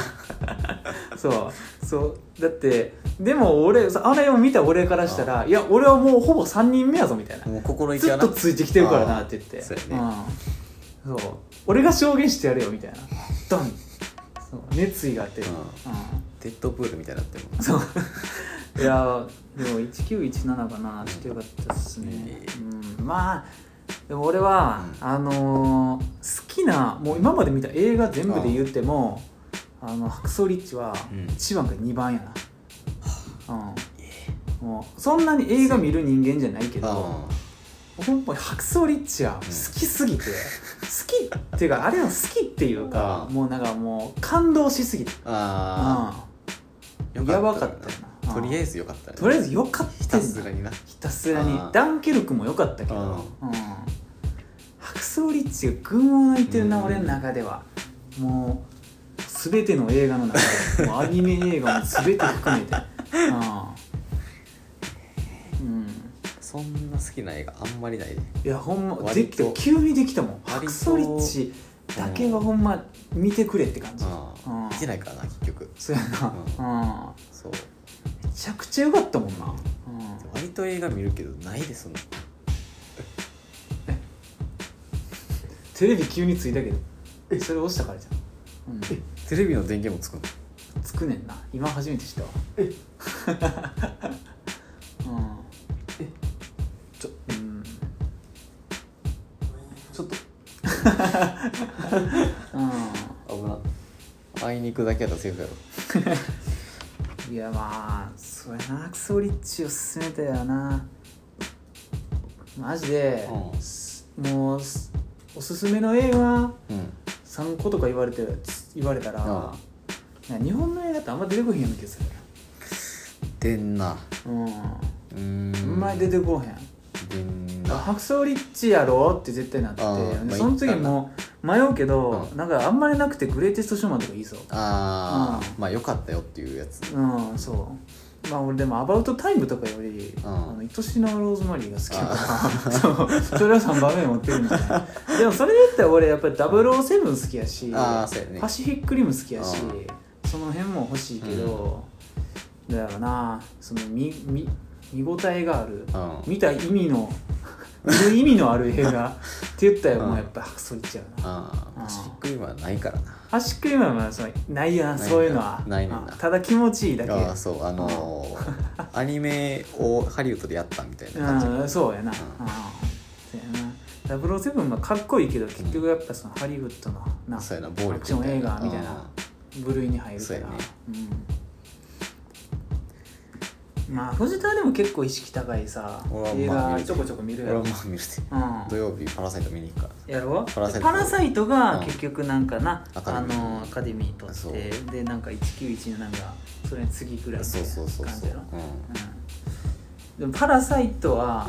Speaker 1: そうそうだってでも俺あれを見た俺からしたらいや俺はもうほぼ3人目やぞみたいな
Speaker 2: もう心意気
Speaker 1: ず
Speaker 2: は
Speaker 1: っ
Speaker 2: な
Speaker 1: とついてきてるからなって言って
Speaker 2: あーそうや
Speaker 1: うんそう俺が証言してやるよみたいなドンそう熱意があって、
Speaker 2: うん
Speaker 1: う
Speaker 2: デッドプールみたいになってる
Speaker 1: ん、そういやでも1917かなちょっとよかったっすね、うん、まあでも俺は、あのー好きなもう今まで見た映画全部で言っても「あの白装リッチ」は
Speaker 2: うん
Speaker 1: 1番か2番やな、うんもうそんなに映画見る人間じゃないけど、
Speaker 2: あ
Speaker 1: 本当に白装リッチは好きす ぎて、好きっていうかあれは好きっていうか
Speaker 2: うん
Speaker 1: もうなんかもう感動しすぎて、う
Speaker 2: あー
Speaker 1: ん、やばかったよな
Speaker 2: とりあえ
Speaker 1: ず
Speaker 2: ずよかったね
Speaker 1: とりあえずよかった
Speaker 2: ひたすらにな
Speaker 1: ひたすらに
Speaker 2: うん
Speaker 1: ダンケルクもよかったけど、
Speaker 2: うん
Speaker 1: うん、白装リッチが群を抜いてるな、
Speaker 2: うん
Speaker 1: 俺の中ではもう全ての映画の中でもうアニメ映画も全て含め てうん、うん
Speaker 2: そんな好きな映画あんまりないで
Speaker 1: いやほんまで
Speaker 2: 割
Speaker 1: き
Speaker 2: と
Speaker 1: た急にできたもん
Speaker 2: 割
Speaker 1: 白
Speaker 2: と
Speaker 1: ソリッチだけはほんま見てくれって感じ、
Speaker 2: うん
Speaker 1: うん
Speaker 2: 見てないからな結局
Speaker 1: そうやな、
Speaker 2: そう
Speaker 1: うん、めちゃくちゃ良かったもんな、うん、
Speaker 2: 割と映画見るけどないでそんな
Speaker 1: テレビ急についたけどえそれ押したからじゃん、うん、
Speaker 2: テレビの電源もつくの
Speaker 1: つくねんな今初めて知ったわ えうんえちょうん
Speaker 2: ちょっと
Speaker 1: うん
Speaker 2: 危なあいに行くだけやったらセーフやろ
Speaker 1: いやまあそれなクソリッチを勧めたよなマジで、
Speaker 2: うん
Speaker 1: すもうすおすすめの映画
Speaker 2: うん
Speaker 1: 3個とか言われてつ言われたら、
Speaker 2: あ
Speaker 1: なんか日本の映画ってあんま出てこへんような気がする
Speaker 2: 出んな
Speaker 1: うん
Speaker 2: うーん
Speaker 1: あんまり出てこへん
Speaker 2: 出ん
Speaker 1: あ
Speaker 2: な
Speaker 1: 白装リッチやろって絶対なって
Speaker 2: あー
Speaker 1: で
Speaker 2: まあ
Speaker 1: その次も迷うけど、
Speaker 2: うん
Speaker 1: なんかあんまりなくてグレイテストショーマンとかいいぞ
Speaker 2: あー
Speaker 1: う
Speaker 2: まあよかったよっていうやつ
Speaker 1: うんそうまあ俺でも「アバウトタイム」とかより「
Speaker 2: ん
Speaker 1: あの愛しのローズマリー」が好きだから そうそれは3番目に持ってるんだねでもそれで言ったら俺やっぱり007好きやし
Speaker 2: ああそうやね
Speaker 1: パシフィックリム好きやしその辺も欲しいけど、だからなその見見見応えがある
Speaker 2: うん
Speaker 1: 見た意味の見る意味のある映画って言ったらもうやっぱ白鳥っちゃうな
Speaker 2: ああパシフィックリムはないからな
Speaker 1: パシフィックリムはまあそのないやな
Speaker 2: ない
Speaker 1: そういうのは
Speaker 2: ないねんな
Speaker 1: うんただ気持ちいいだけ
Speaker 2: ああそうあのー アニメをハリウッドでやったみたいな感じ
Speaker 1: うんそうやな、うんそうやなダブルセブンはかっこいいけど結局やっぱそのハリウッドのな、
Speaker 2: そうやな暴力
Speaker 1: アクション映画みたいな部類に入るか
Speaker 2: そう
Speaker 1: ら
Speaker 2: やね
Speaker 1: うん、まあ藤田はでも結構意識高いさ
Speaker 2: 俺は
Speaker 1: 映
Speaker 2: まあ
Speaker 1: 画
Speaker 2: 見る
Speaker 1: ちょこちょこ見るや
Speaker 2: 俺
Speaker 1: ろ
Speaker 2: は、まあ見るて
Speaker 1: うん
Speaker 2: 土曜日パラサイト見に行くから
Speaker 1: やろ
Speaker 2: パラサイト
Speaker 1: パラサイトが
Speaker 2: うん
Speaker 1: 結局なんかな、
Speaker 2: アカ
Speaker 1: あ
Speaker 2: デミー
Speaker 1: のアカデミーと
Speaker 2: そ
Speaker 1: って
Speaker 2: う
Speaker 1: でなんか1917がそれに次ぐらいみた
Speaker 2: そ
Speaker 1: いうな
Speaker 2: そうそう
Speaker 1: 感
Speaker 2: そ
Speaker 1: じ
Speaker 2: う
Speaker 1: やろ、
Speaker 2: うん
Speaker 1: うん、でもパラサイトは、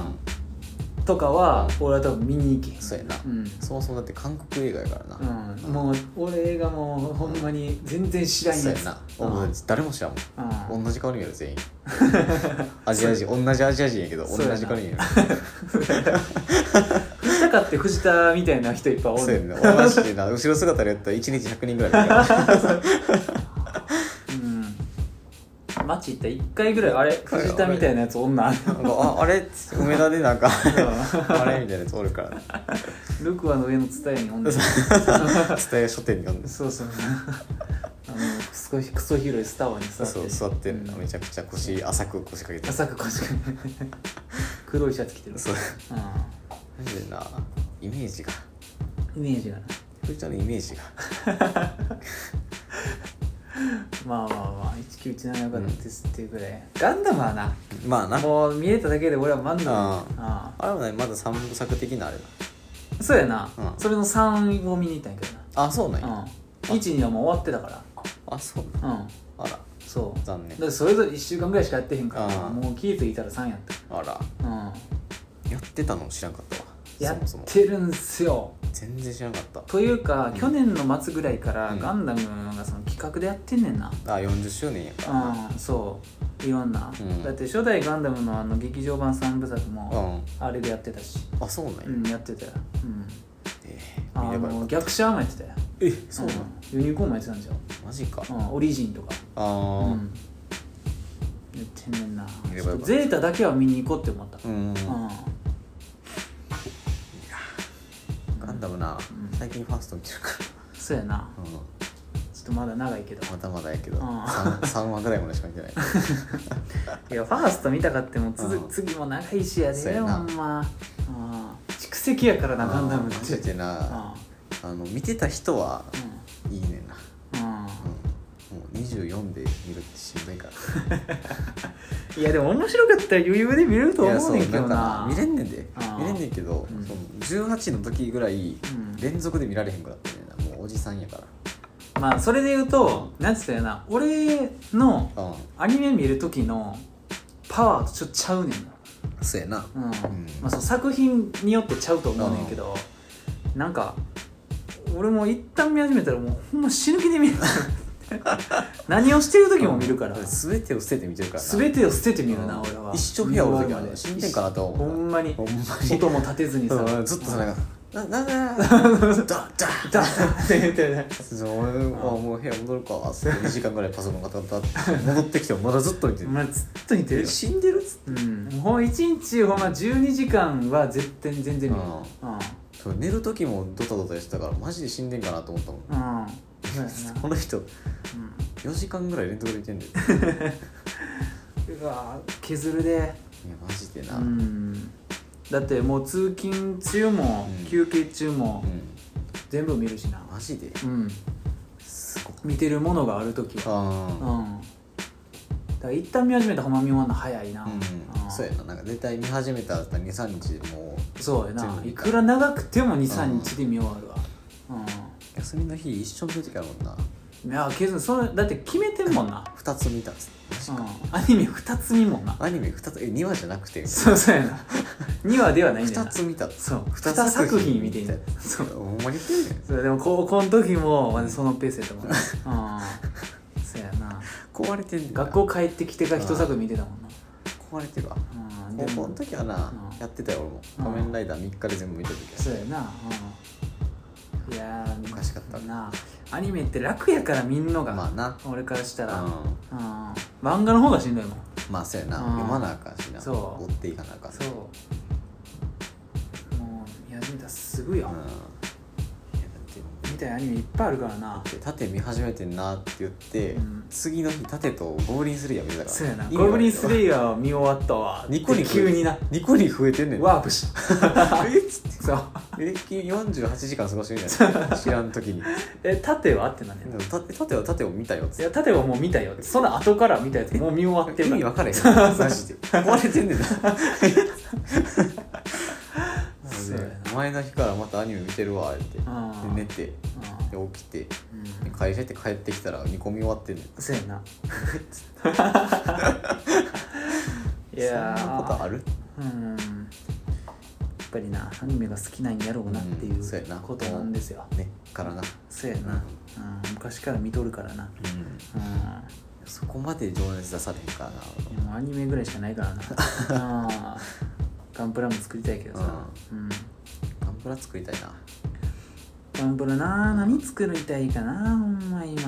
Speaker 1: とかは俺は多分見に行けへん
Speaker 2: そうやな
Speaker 1: うん
Speaker 2: そもそもだって韓国映画やからな
Speaker 1: うん、もう俺映画もほんまに全然知らん
Speaker 2: そう
Speaker 1: や
Speaker 2: や
Speaker 1: つ
Speaker 2: な俺誰も知らんも
Speaker 1: うん
Speaker 2: ん同じ顔に見え る全員アジア人同じアジア人やけど
Speaker 1: そ
Speaker 2: 同
Speaker 1: うやな
Speaker 2: じ顔に見える
Speaker 1: 藤田かって藤田みたいな人いっぱい お
Speaker 2: そうや
Speaker 1: る
Speaker 2: ね同じでな後ろ姿でやったら1日100人ぐらい見るから
Speaker 1: うん街行ったら1回ぐらいあれ藤田みたいなやつ女
Speaker 2: なんかああれっつって梅田でなんか あれみたいなやつおるから
Speaker 1: ルクアの上の蔦屋に女
Speaker 2: 伝え書店に読んで
Speaker 1: そうそうあのクソクソ広いスターに座って
Speaker 2: そう座ってんの
Speaker 1: うん
Speaker 2: めちゃくちゃ腰浅く腰掛けて
Speaker 1: 浅く腰掛けて黒いシャツ着てる
Speaker 2: そう
Speaker 1: う
Speaker 2: マジでなイメージが
Speaker 1: んイメージがな
Speaker 2: 藤田のイメージが
Speaker 1: まあまあまあ1917よかったですっていうぐらい、ガンダムはな
Speaker 2: まあな
Speaker 1: もう見えただけで俺は満足
Speaker 2: あ
Speaker 1: あ
Speaker 2: あれもねまだ三部作的なあれだ
Speaker 1: あそうやな、
Speaker 2: うん
Speaker 1: それの3を見に行ったんやけど
Speaker 2: あそうなんや
Speaker 1: な、うん、12はもう終わってたか
Speaker 2: あそうなん
Speaker 1: らうん
Speaker 2: あら
Speaker 1: そうだ
Speaker 2: 残念
Speaker 1: ってそれぞれ1週間ぐらいしかやってへんから
Speaker 2: ああ
Speaker 1: もう気付いたら3やった
Speaker 2: あら
Speaker 1: うん
Speaker 2: やってたの知らんかった
Speaker 1: や
Speaker 2: わそもそ
Speaker 1: っ
Speaker 2: も
Speaker 1: てるんすよ
Speaker 2: 全然知らんかった
Speaker 1: というか、去年の末ぐらいから
Speaker 2: うん
Speaker 1: ガンダムがその企画でやってんねんな、
Speaker 2: あ40周年やからな
Speaker 1: うん、そういろんな、
Speaker 2: うん
Speaker 1: だって初代ガンダムのあの劇場版3部作
Speaker 2: う
Speaker 1: も
Speaker 2: ん
Speaker 1: あれでやってたし、
Speaker 2: あそうなんや
Speaker 1: うん、やってたよ、うん、
Speaker 2: ええ見
Speaker 1: あ
Speaker 2: ればよか
Speaker 1: の
Speaker 2: った
Speaker 1: 逆シャアもやってたよ
Speaker 2: えそうなん
Speaker 1: ん、ユニコーンもやってたんじゃん、
Speaker 2: マジか
Speaker 1: うん、オリジンとか
Speaker 2: あ
Speaker 1: う
Speaker 2: ー
Speaker 1: んやってんねんな
Speaker 2: 見ればよかった
Speaker 1: ゼータだけは見に行こうって思った
Speaker 2: うん
Speaker 1: う
Speaker 2: ガンダムな
Speaker 1: うん
Speaker 2: 最近ファースト見てるか
Speaker 1: んそうやな
Speaker 2: らうん
Speaker 1: ちょっとまだ長いけど
Speaker 2: まだまだやけど
Speaker 1: うん
Speaker 2: 3, 三話ぐらいまでしか見てない
Speaker 1: いやファースト見たかってもつづ
Speaker 2: うん
Speaker 1: 次も長いしや
Speaker 2: そう
Speaker 1: で
Speaker 2: や
Speaker 1: ほ
Speaker 2: なん
Speaker 1: まうん蓄積やからなガンダムっ
Speaker 2: マジ
Speaker 1: て
Speaker 2: でなあの見てた人はいいねんな、
Speaker 1: うんうん
Speaker 2: うん、もう24で見るってしんどいから
Speaker 1: いやでも面白かったら余裕で見れると
Speaker 2: いや
Speaker 1: 思
Speaker 2: そうう
Speaker 1: ねんけ
Speaker 2: な
Speaker 1: ど
Speaker 2: んか
Speaker 1: な
Speaker 2: 見れんねんで
Speaker 1: あー
Speaker 2: 見れんねんけど、
Speaker 1: うん
Speaker 2: その18の時ぐらい
Speaker 1: うん
Speaker 2: 連続で見られへんくなってねんなもうおじさんやか
Speaker 1: まあそれで言うとなんつったよな俺の
Speaker 2: らうん
Speaker 1: アニメ見る時のパワーとちょっとちゃうねんな
Speaker 2: そうやな
Speaker 1: うん
Speaker 2: ん
Speaker 1: まあ、その作品によってちゃうと思うねんけどなんか俺も一旦見始めたらもうほんま死ぬ気で見る 何をしてる時も見るから
Speaker 2: 全てを捨てて見てるからな
Speaker 1: 全てを捨ててみる
Speaker 2: う
Speaker 1: なん俺は
Speaker 2: 一生部屋おる時
Speaker 1: 今
Speaker 2: は
Speaker 1: まで
Speaker 2: 死んでんかなとは思
Speaker 1: ほ
Speaker 2: うなん
Speaker 1: まに
Speaker 2: ほんまに
Speaker 1: 音も立てずにさ
Speaker 2: うんずっとさなんか「なななだだ
Speaker 1: ダッって言ってね
Speaker 2: そう俺はもう部屋戻るか」つって2時間ぐらいパソコンがたたって戻ってきてもまだずっと見て
Speaker 1: お前ずっと似てる
Speaker 2: る
Speaker 1: よ
Speaker 2: 死んでるっつって
Speaker 1: うんほんま1日ほんま12時間は絶対に全然見る
Speaker 2: う
Speaker 1: うん
Speaker 2: そう寝る時もドタドタしてたからマジで死んでんかなと思ったもん
Speaker 1: うんそうやな
Speaker 2: この人
Speaker 1: うん
Speaker 2: 4時間ぐらい連続で見てんだよいう
Speaker 1: わ削るで
Speaker 2: やマジでな
Speaker 1: う
Speaker 2: うん、
Speaker 1: んだってもう通勤中も
Speaker 2: うん
Speaker 1: 休憩中も全部見るしな
Speaker 2: マジで
Speaker 1: うん
Speaker 2: すごい
Speaker 1: 見てるものがある時はうん
Speaker 2: あ
Speaker 1: だから一旦見始めたらほんま見終わんの早いな
Speaker 2: あうん、
Speaker 1: ん
Speaker 2: そうやななんか絶対見始めたら23日でもう
Speaker 1: そうや
Speaker 2: 全
Speaker 1: な
Speaker 2: 部
Speaker 1: い
Speaker 2: 見た
Speaker 1: くら長くても23日で見終わるわ
Speaker 2: 休みの日一緒の時からもんな
Speaker 1: うんいや削るそれだって決めてんもんな
Speaker 2: 2つ見たっつってマジ
Speaker 1: う
Speaker 2: か、
Speaker 1: んアニメ2つ見んもんな
Speaker 2: アニメ2つえ2話じゃなくて
Speaker 1: そうそうや な2話ではないんだよ
Speaker 2: 2
Speaker 1: な
Speaker 2: つ見たっつって
Speaker 1: そう
Speaker 2: 二
Speaker 1: 2作品見てんだよそ
Speaker 2: そううほんまに言ってるねん
Speaker 1: そうでも高校の時もまだそのペースやったもんなうんそうやな
Speaker 2: 壊れてんねんな
Speaker 1: 学校帰ってきてから一作見てたもんな
Speaker 2: 壊れてるわ
Speaker 1: うん
Speaker 2: 高
Speaker 1: で
Speaker 2: 校
Speaker 1: も
Speaker 2: の時はな、
Speaker 1: うん
Speaker 2: やってたよ俺も「
Speaker 1: うん
Speaker 2: 仮面ライダー」3日で全部見た時
Speaker 1: そうやなうんいやー
Speaker 2: おかしかった
Speaker 1: なアニメって楽やから見んのが、
Speaker 2: まあな
Speaker 1: 俺からしたら、うん、
Speaker 2: うん
Speaker 1: 漫画の方がしんどいもん
Speaker 2: まあそうやな、
Speaker 1: うん
Speaker 2: 読まなあかんしな
Speaker 1: そう
Speaker 2: 追っていかなあかん
Speaker 1: そうもう見始めたらすぐよ
Speaker 2: うん、いやだって
Speaker 1: 見たいアニメいっぱいあるからな
Speaker 2: で縦見始めてんなって言って、
Speaker 1: うん
Speaker 2: 次の日縦とゴブリンスレイヤー見てたから
Speaker 1: そうやな
Speaker 2: 意味
Speaker 1: ゴブリン
Speaker 2: わ
Speaker 1: ス
Speaker 2: からん
Speaker 1: レイヤーを見終わったわ
Speaker 2: ニコニコ
Speaker 1: 急にな
Speaker 2: ニコニコ増えてんねん
Speaker 1: ワープしたえっつってそう
Speaker 2: え48時間過ごしてるんじゃ ない知らん時に
Speaker 1: え縦はあってなんねんない
Speaker 2: 縦縦は縦を見たよっつって
Speaker 1: や縦はもう見たよその後から見たやつもう見終わってる
Speaker 2: 意
Speaker 1: か
Speaker 2: 味
Speaker 1: ら
Speaker 2: 分からへんマジで壊れてんねんな
Speaker 1: そうやな
Speaker 2: 前の日からまたアニメ見てるわってで
Speaker 1: うん
Speaker 2: 寝てで起きて
Speaker 1: うん
Speaker 2: で会社行って帰ってきたら煮込み終わってんねん
Speaker 1: そうや ない
Speaker 2: そんなこと
Speaker 1: や
Speaker 2: ある
Speaker 1: ーうんやっぱりなアニメが好きなんやろうなってい
Speaker 2: うんそうや
Speaker 1: う
Speaker 2: な
Speaker 1: ことなんですよ
Speaker 2: ねからな
Speaker 1: そうやな、うん、昔から見とるからなうん
Speaker 2: そこまで情熱出されへんからない
Speaker 1: やもうアニメぐらいしかないから なうんガンプラも作りたいけどさ、うん、
Speaker 2: ガンプラ作りたいな
Speaker 1: ガンプラな何作りたいかなほんま今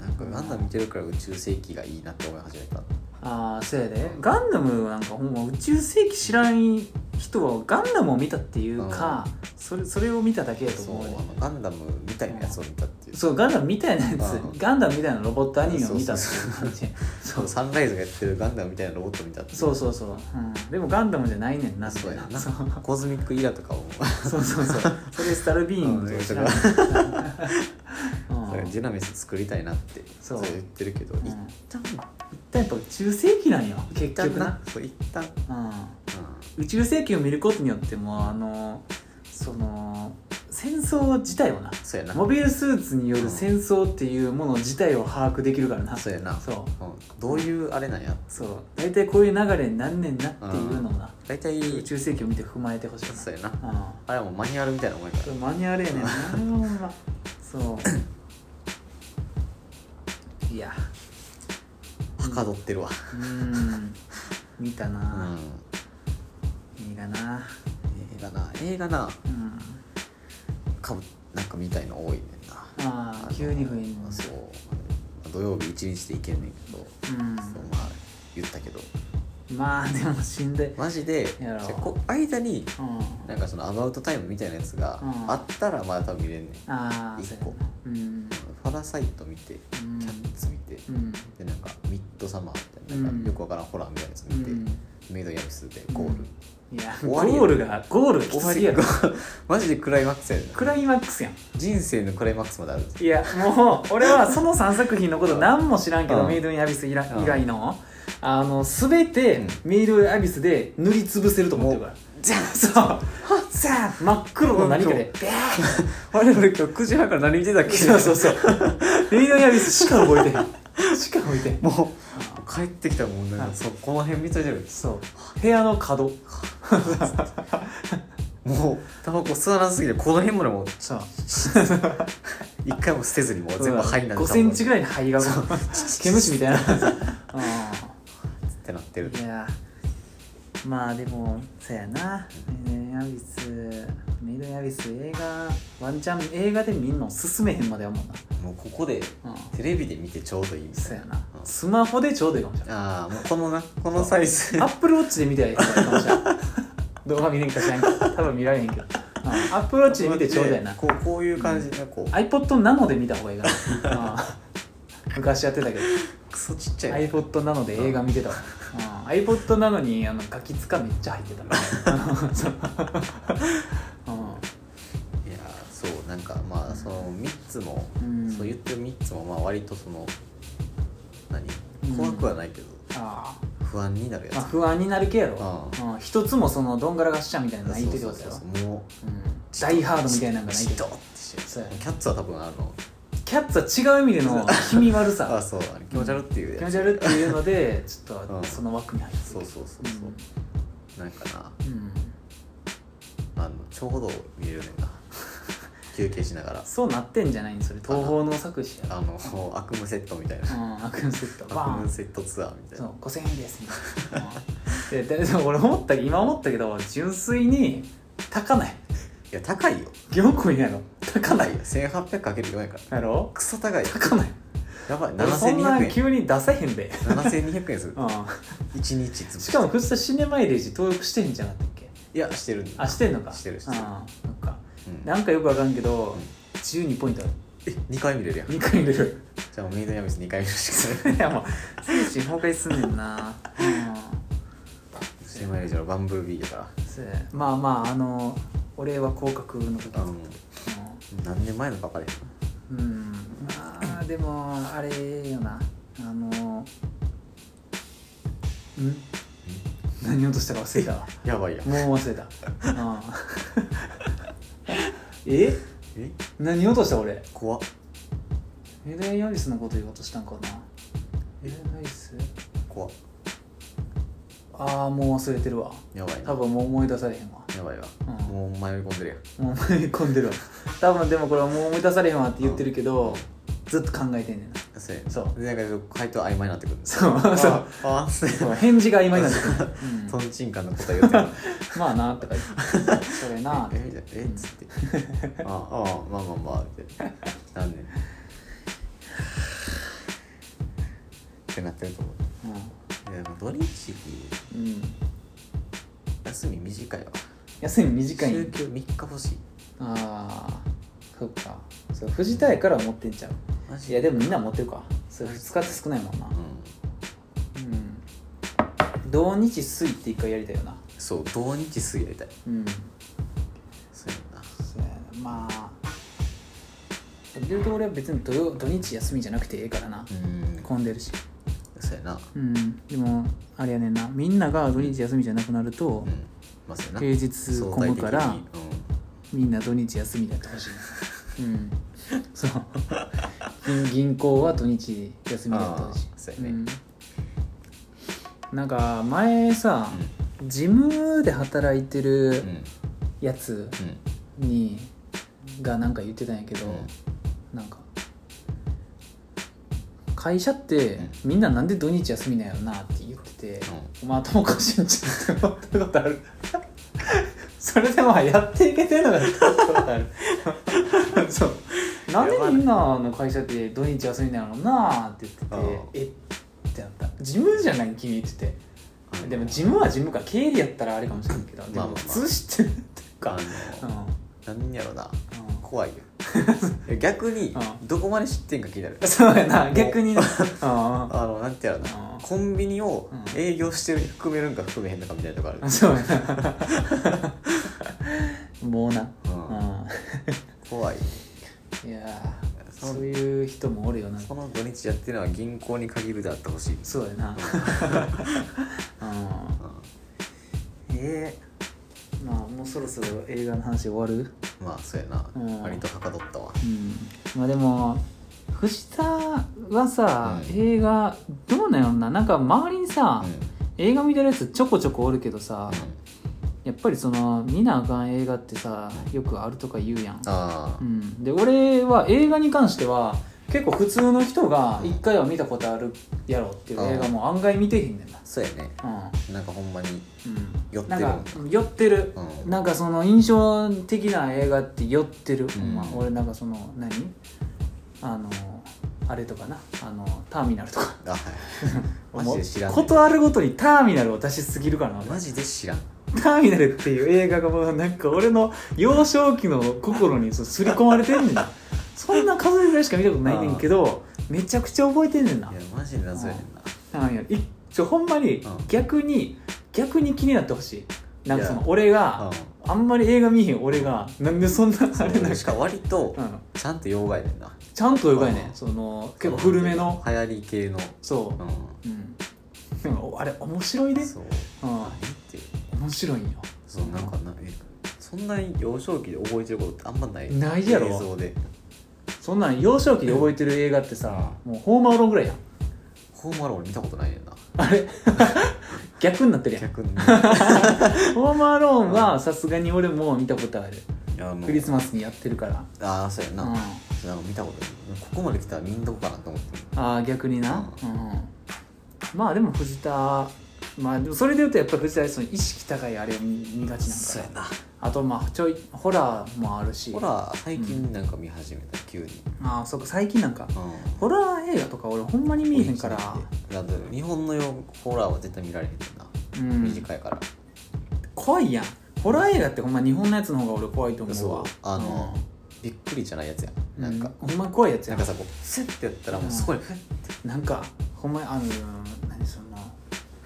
Speaker 2: なんかガンダム見てるから宇宙世紀がいいなって思い始めた
Speaker 1: ああそうやでガンダムなんかほんま宇宙世紀知らん人はガンダムを見たっていうか、それそれを見ただけやと
Speaker 2: そう
Speaker 1: 思う
Speaker 2: あ
Speaker 1: ね
Speaker 2: のガンダムみたいなやつを見たっていう
Speaker 1: そうガンダムみたいなやつ、
Speaker 2: うん
Speaker 1: ガンダムみたいなロボットアニメを見たっていう感じそ
Speaker 2: そううサンライズがやってるガンダムみたいなロボット見たってい
Speaker 1: そうそうそう、うん、でもガンダムじゃないねんなみ
Speaker 2: そ
Speaker 1: た
Speaker 2: う
Speaker 1: い
Speaker 2: や
Speaker 1: な
Speaker 2: な
Speaker 1: そう
Speaker 2: コズミックイラとかを
Speaker 1: そうそうそうそれスタルビーン
Speaker 2: うん
Speaker 1: 知らん
Speaker 2: そ
Speaker 1: うんうん
Speaker 2: ジェナメス作りたいなって
Speaker 1: そ
Speaker 2: そうう言ってるけど、
Speaker 1: ん
Speaker 2: 一旦
Speaker 1: 一旦やっぱ宇宙世紀なんよ結
Speaker 2: 一旦
Speaker 1: 局な
Speaker 2: な、そう一旦、うん、
Speaker 1: うん宇宙世紀を見ることによってもうあのその戦争自体をな
Speaker 2: そうやな
Speaker 1: モビルスーツによる戦争っていうもの自体を把握できるからな
Speaker 2: そうやな
Speaker 1: そう
Speaker 2: うん、どういうあれなんや
Speaker 1: そう大体こういう流れになんねんなっていうのをな
Speaker 2: 大体
Speaker 1: 宇宙世紀を見て踏まえてほしいな
Speaker 2: そうやな
Speaker 1: うん
Speaker 2: あれはもうマニュアルみたいな思いか
Speaker 1: それマニュアルやねんなほん まそういや
Speaker 2: らはかどってるわ
Speaker 1: うーん見た
Speaker 2: う
Speaker 1: な、
Speaker 2: ん
Speaker 1: 映画な
Speaker 2: 映画な映画な
Speaker 1: うん
Speaker 2: かぶなんかみたいの多いねんな
Speaker 1: あ
Speaker 2: あ
Speaker 1: あ
Speaker 2: の
Speaker 1: 急に増えんの
Speaker 2: そう土曜日一日で行けんねんけど、
Speaker 1: うん
Speaker 2: そうまあ言ったけど
Speaker 1: まあでもしんどい
Speaker 2: マジで
Speaker 1: やろ
Speaker 2: じゃあこ間に
Speaker 1: うん
Speaker 2: なんかそのアバウトタイムみたいなやつが
Speaker 1: うん
Speaker 2: あったらまだ多分見れんねん、
Speaker 1: ああ
Speaker 2: 一
Speaker 1: そうや
Speaker 2: 個
Speaker 1: なうん
Speaker 2: ファパラサイト見て
Speaker 1: ん
Speaker 2: キャッツ見て
Speaker 1: うん
Speaker 2: でなんかミッドサマーみたいななん
Speaker 1: うん
Speaker 2: かよくわからんホラーみたいなやつ見て、メイドヤミスでゴール、
Speaker 1: いや
Speaker 2: 終
Speaker 1: ゴ
Speaker 2: わりや
Speaker 1: ールがゴールがき
Speaker 2: 終わ
Speaker 1: つ
Speaker 2: り
Speaker 1: いやろ
Speaker 2: マジでクライマックスやな
Speaker 1: クライマックスやん
Speaker 2: 人生のクライマックスまである
Speaker 1: いやもう俺はその3作品のこと何も知らんけど
Speaker 2: う
Speaker 1: 「
Speaker 2: ん
Speaker 1: メイド・イン・アビス」以来
Speaker 2: うん
Speaker 1: 以外のあの全て
Speaker 2: うん
Speaker 1: 「メイド・イン・アビス」で塗りつぶせると思ってるから
Speaker 2: じゃあ
Speaker 1: そうさあ真っ黒の何かでビャー
Speaker 2: あれ俺今日9時半から何見てたっけそうそうそう
Speaker 1: メイド・イン・アビスしか覚えて へんしか覚えてへん
Speaker 2: もう帰ってきたもんなん
Speaker 1: は
Speaker 2: か
Speaker 1: い
Speaker 2: そうこの辺見といてる
Speaker 1: そう部屋の角
Speaker 2: もうタバコ吸わなさすぎてこの辺までもう
Speaker 1: そう
Speaker 2: 一回も捨てずにもう全部肺になって
Speaker 1: 5
Speaker 2: た
Speaker 1: セ
Speaker 2: もん
Speaker 1: ンチぐらいに灰がこう 毛虫みたいなうん
Speaker 2: ってなってる
Speaker 1: いやまあでもそやなメイドインアビスメイドインアビス映画ワンチャン映画で見んの進めへんまでやもんな
Speaker 2: もうここで
Speaker 1: うん
Speaker 2: テレビで見てちょうどいいみ
Speaker 1: そ
Speaker 2: たい
Speaker 1: や
Speaker 2: な
Speaker 1: な
Speaker 2: うん
Speaker 1: スマホでちょうどいいかもしれない
Speaker 2: ああもうこのなこのサイズ
Speaker 1: アップルウォッチで見たらいいかもし れない動画見れんか知らんけど多分見られへんけど、うん、アップルウォッチで見てちょうどやな
Speaker 2: こうこういう感じでこう
Speaker 1: iPod ナノで見た方がいいかな、うん昔やってたけど
Speaker 2: クソちっちゃい
Speaker 1: iPod ナノで映画見てたわ、うん、iPod ナノにあのガキつかめっちゃ入ってたうん
Speaker 2: いやーそうなんかまあその3つも、
Speaker 1: うん
Speaker 2: そう言ってる3つもまあ割とその何
Speaker 1: うん
Speaker 2: 怖くはないけど
Speaker 1: あ
Speaker 2: 不安になるや
Speaker 1: ー
Speaker 2: つ、
Speaker 1: まあ不安になる系やろ
Speaker 2: あ、
Speaker 1: うん、一つもそのどんがらがっしゃみたいなのないっ
Speaker 2: そう
Speaker 1: てことや
Speaker 2: そうそう
Speaker 1: ろ
Speaker 2: そうも
Speaker 1: うん大ハードみたいなの
Speaker 2: う
Speaker 1: がない
Speaker 2: 嫉
Speaker 1: けど
Speaker 2: 妬ってして
Speaker 1: そうや
Speaker 2: キャッツは多分あの
Speaker 1: キャッツは違う意味での気味悪
Speaker 2: あ
Speaker 1: さ
Speaker 2: そうあれ気持ち悪っていうやつ
Speaker 1: 気持ち悪っていうのでちょっ
Speaker 2: う
Speaker 1: と
Speaker 2: ん
Speaker 1: その枠に入ってる
Speaker 2: そうそうそうそう、なんかな
Speaker 1: うん、うん
Speaker 2: あのちょうど見れるねんな休憩しながら
Speaker 1: そうなってんじゃないんそれ東宝の作詞や
Speaker 2: あの悪夢セットみたいな
Speaker 1: ろうんアクンセットバ
Speaker 2: 悪
Speaker 1: ーン
Speaker 2: 夢セットツアーみたい
Speaker 1: そう
Speaker 2: な
Speaker 1: 5000円ですみたいなうん でででも俺思った今思ったけど純粋に高ない
Speaker 2: いや高いよ
Speaker 1: 4個やろ高ない
Speaker 2: よ 1800×4 やから
Speaker 1: やろ
Speaker 2: クソ高いよ
Speaker 1: 高ない
Speaker 2: やばい
Speaker 1: 俺そんな
Speaker 2: 7200円
Speaker 1: 急に出せへんで、
Speaker 2: 7200円する
Speaker 1: う
Speaker 2: 1日つ
Speaker 1: ん、しかも藤田シネマイレージ登録してへんじゃなかったっけ
Speaker 2: いやしてるんだ
Speaker 1: あしてんのか
Speaker 2: してるし
Speaker 1: うん、
Speaker 2: てる
Speaker 1: なんか
Speaker 2: うん
Speaker 1: なんかよくわかんけど
Speaker 2: うん
Speaker 1: 12ポイントある
Speaker 2: え2回見れるやんじ
Speaker 1: 2回入れ る
Speaker 2: ゃあもうメイドヤミス2回見るしかない
Speaker 1: いやもう精神崩壊すんねんなうん
Speaker 2: シネマイレージのバンブルビーやか
Speaker 1: そうやまあまああの俺は降格の時
Speaker 2: らあ
Speaker 1: う
Speaker 2: の
Speaker 1: ん
Speaker 2: 何年前のか分かれへん
Speaker 1: うんまあでもあれよなあのうん何をとしたか忘れたわ
Speaker 2: やばいやん
Speaker 1: もう忘れたああ え
Speaker 2: え
Speaker 1: 何落とした俺
Speaker 2: 怖っ
Speaker 1: メデイアリスのこと言おうとしたんかなメデイアリス
Speaker 2: 怖っ
Speaker 1: ああもう忘れてるわ
Speaker 2: やばいな
Speaker 1: 多分もう思い出されへんわ
Speaker 2: やばいわ
Speaker 1: うん
Speaker 2: もう迷い込んでるやん
Speaker 1: もう思い込んでるわ多分でもこれはもう思い出されへんわって言ってるけど、ずっと考えてんねんな
Speaker 2: そうや
Speaker 1: そう
Speaker 2: でなんかちょっと回答曖昧になってくるんです
Speaker 1: そうそう
Speaker 2: あああそう
Speaker 1: そう返事が曖昧なんだけど、 うん
Speaker 2: とんちんかんの答え言って る
Speaker 1: まあなとか言ってそれな
Speaker 2: えみたいなえっつってああああまあまあまあみたいななんでってなってると思ういやでも土日
Speaker 1: うん、うん、
Speaker 2: 休み短いわ
Speaker 1: 休み短い
Speaker 2: 週
Speaker 1: ん
Speaker 2: 休3日欲しい
Speaker 1: ああそっかそう藤田やから持ってんちゃう
Speaker 2: マジ
Speaker 1: いやでもみんな持ってるかそれ2日って少ないもんな
Speaker 2: うん
Speaker 1: うん同日水って一回やりたいよな
Speaker 2: そう土日水やりたい
Speaker 1: うん
Speaker 2: そうやな
Speaker 1: そうやなまあ言うと俺は別に土曜土日休みじゃなくてええからな
Speaker 2: うん
Speaker 1: 混んでるし
Speaker 2: そうやな
Speaker 1: うんでもあれやねんなみんなが土日休みじゃなくなる
Speaker 2: う
Speaker 1: と
Speaker 2: んまあそうやな
Speaker 1: 平日
Speaker 2: 相
Speaker 1: 混
Speaker 2: 対
Speaker 1: む
Speaker 2: 的
Speaker 1: か
Speaker 2: に
Speaker 1: ら
Speaker 2: うん
Speaker 1: みんな土日休みになってほしいなうんそう銀銀行は土日休みになってほしい
Speaker 2: あーそうやね
Speaker 1: うんなんか前さ、事務で働いてる
Speaker 2: うんうん
Speaker 1: やつにがなんか言ってたんやけど、なんか会社って
Speaker 2: うん
Speaker 1: みんななんで土日休みなんやろなって言ってて、お前頭おかしいんちゃうって思ったことある それでまあやっていけてんのがちょっとあるそうなんでみんなの会社って土日休みなんやろなって言っててえってなった事務じゃない君って言って
Speaker 2: うんうん
Speaker 1: でも事務は事務か経理やったらあれかもしれんけど、
Speaker 2: まあまあまあ
Speaker 1: でも普通知ってるっていう
Speaker 2: あ
Speaker 1: か、
Speaker 2: のなんやろな
Speaker 1: うんうん
Speaker 2: 怖いよ逆に
Speaker 1: う
Speaker 2: どこまで知ってんか聞いたる
Speaker 1: そうやな逆 になうん
Speaker 2: あのなんてやろ
Speaker 1: う
Speaker 2: なんコンビニを
Speaker 1: うん
Speaker 2: 営業してる含めるんか含めへんのかみたいなとこある
Speaker 1: うんそうやなもうな、
Speaker 2: うん怖い
Speaker 1: うん、いやー
Speaker 2: そう
Speaker 1: そういう人もおるよな
Speaker 2: その土日やってるのは銀行に限るであってほしいうん
Speaker 1: そうや なうん
Speaker 2: え
Speaker 1: まあもうそろそろ映画の話終わる
Speaker 2: えまあそうやな
Speaker 1: うん
Speaker 2: 割とはかどったわ
Speaker 1: うんまあでも藤田はさ、
Speaker 2: うん
Speaker 1: 映画どうなんやろななんか周りにさ、
Speaker 2: うん
Speaker 1: 映画見てるやつちょこちょこおるけどさ、
Speaker 2: うん
Speaker 1: やっぱりその見なあかん映画ってさよくあるとか言うやん、
Speaker 2: あ
Speaker 1: うん、で俺は映画に関しては結構普通の人が一回は見たことあるやろっていう映画も案外見てへんねんな
Speaker 2: あそうやねなんかほんまに
Speaker 1: うん、
Speaker 2: 寄っ
Speaker 1: う
Speaker 2: て
Speaker 1: ん、
Speaker 2: る
Speaker 1: なんか寄ってる
Speaker 2: うん
Speaker 1: なんかその印象的な映画って寄ってる、
Speaker 2: ん
Speaker 1: まあ、俺なんかその何あのあれとかなあのターミナルとか
Speaker 2: あはいマジで知らん
Speaker 1: もうことあるごとにターミナルを出しすぎるからな俺
Speaker 2: マジで知らん
Speaker 1: ターミナルっていう映画がもうなんか俺の幼少期の心にそう刷り込まれてんねん そんな数えるぐらいしか見たことないねんけどめちゃくちゃ覚えてんねんない
Speaker 2: やマジで謎やねんな
Speaker 1: ターミナルいちょほんまに
Speaker 2: うん
Speaker 1: 逆に逆に気になってほしいなんかそ
Speaker 2: い
Speaker 1: の
Speaker 2: や
Speaker 1: 俺があんまり映画見えへん俺がなんでそんなあれなん
Speaker 2: うん
Speaker 1: か
Speaker 2: しかも割と
Speaker 1: うん
Speaker 2: ちゃんと妖怪ねんな
Speaker 1: ちゃんとよかいね
Speaker 2: うん
Speaker 1: その結構古めの
Speaker 2: 流行り系の
Speaker 1: そうううんでもあれ面白いね
Speaker 2: んそう
Speaker 1: うん
Speaker 2: 何っていう
Speaker 1: 面白いんよ
Speaker 2: そうなんかなえそんなに幼少期で覚えてることってあんまない
Speaker 1: ないやろ
Speaker 2: 映像で
Speaker 1: そんなん幼少期で覚えてる映画ってさもうホームアローンぐらいやん
Speaker 2: ホームアローン見たことないねんな
Speaker 1: あれ逆になってるやん
Speaker 2: 逆に
Speaker 1: ホームアローンはさすがに俺も見たことあるクリス
Speaker 2: マ
Speaker 1: マスにやってるから
Speaker 2: スああそうやな,、
Speaker 1: うん
Speaker 2: なんか見たことないここまで来たら見んとこかなと思って
Speaker 1: ああ逆になうんまあでも藤田まあでもそれでいうとやっぱり藤田はその意識高いあれを見見がちなんか
Speaker 2: そうや
Speaker 1: ら
Speaker 2: な
Speaker 1: あとまあちょいホラーもあるし
Speaker 2: ほら最近なんか見始めた、急に
Speaker 1: ああそっか最近なんか
Speaker 2: うん
Speaker 1: ホラー映画とか俺ほんまに見えへんから
Speaker 2: だって日本のよホラーは絶対見られへんねんな、
Speaker 1: うん
Speaker 2: 短いから
Speaker 1: 怖いやんホラー映画ってほんま日本のやつの方が俺怖いと思うわ
Speaker 2: そうあの、びっくりじゃないやつやん
Speaker 1: な
Speaker 2: なんん
Speaker 1: か
Speaker 2: か、
Speaker 1: ほんまに怖いやつ
Speaker 2: な
Speaker 1: や
Speaker 2: んかさこうスッてやったらもうそこにフッて、
Speaker 1: なんかほんまにあの何その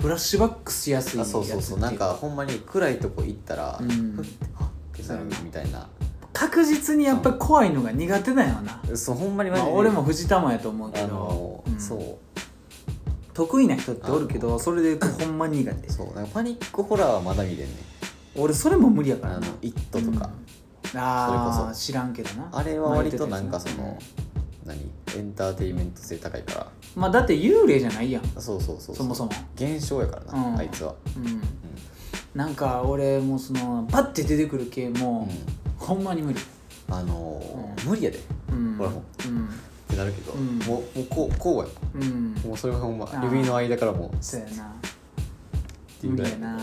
Speaker 1: フラッシュバックしやすい
Speaker 2: あ
Speaker 1: やつ
Speaker 2: そうそうそうなんかほんまに暗いとこ行ったら、
Speaker 1: うん
Speaker 2: フッてあってなるみたいな
Speaker 1: 確実にやっぱり怖いのが苦手だよな、
Speaker 2: そうほんまにマ
Speaker 1: ま
Speaker 2: ジ
Speaker 1: あ、
Speaker 2: で、
Speaker 1: 俺も藤田もやと思うけ
Speaker 2: あ
Speaker 1: ど
Speaker 2: の、
Speaker 1: うん
Speaker 2: そう
Speaker 1: 得意な人っておるけどそれで言うとほんまに苦手
Speaker 2: そうなんかパニックホラーはまだ見れんね
Speaker 1: 俺それも無理や
Speaker 2: ん
Speaker 1: か
Speaker 2: あ
Speaker 1: ら
Speaker 2: の
Speaker 1: な
Speaker 2: 「イット!」とか、
Speaker 1: うんあ
Speaker 2: それ
Speaker 1: あ
Speaker 2: こそ
Speaker 1: 知らんけどな
Speaker 2: あれは割となんかそ
Speaker 1: まあ言
Speaker 2: の
Speaker 1: ってたやつ
Speaker 2: 何エンターテインメント性高いから
Speaker 1: なまあだって幽霊じゃないやん
Speaker 2: あそうそうそう
Speaker 1: そもそも
Speaker 2: 現象やからな、
Speaker 1: うん
Speaker 2: あいつは、
Speaker 1: うん
Speaker 2: う
Speaker 1: なんか俺もうそのパッて出てくる系
Speaker 2: ん
Speaker 1: も、ほんまに無理
Speaker 2: あのー
Speaker 1: う
Speaker 2: 無理やでっ
Speaker 1: うん
Speaker 2: ほらも
Speaker 1: うん
Speaker 2: てなるけど、
Speaker 1: うん
Speaker 2: もうもうこうこうや
Speaker 1: うん
Speaker 2: もうそれはほんま
Speaker 1: あー
Speaker 2: 指の間からもう
Speaker 1: そうやな
Speaker 2: っていう
Speaker 1: 無理
Speaker 2: ぐら
Speaker 1: や
Speaker 2: い
Speaker 1: な
Speaker 2: う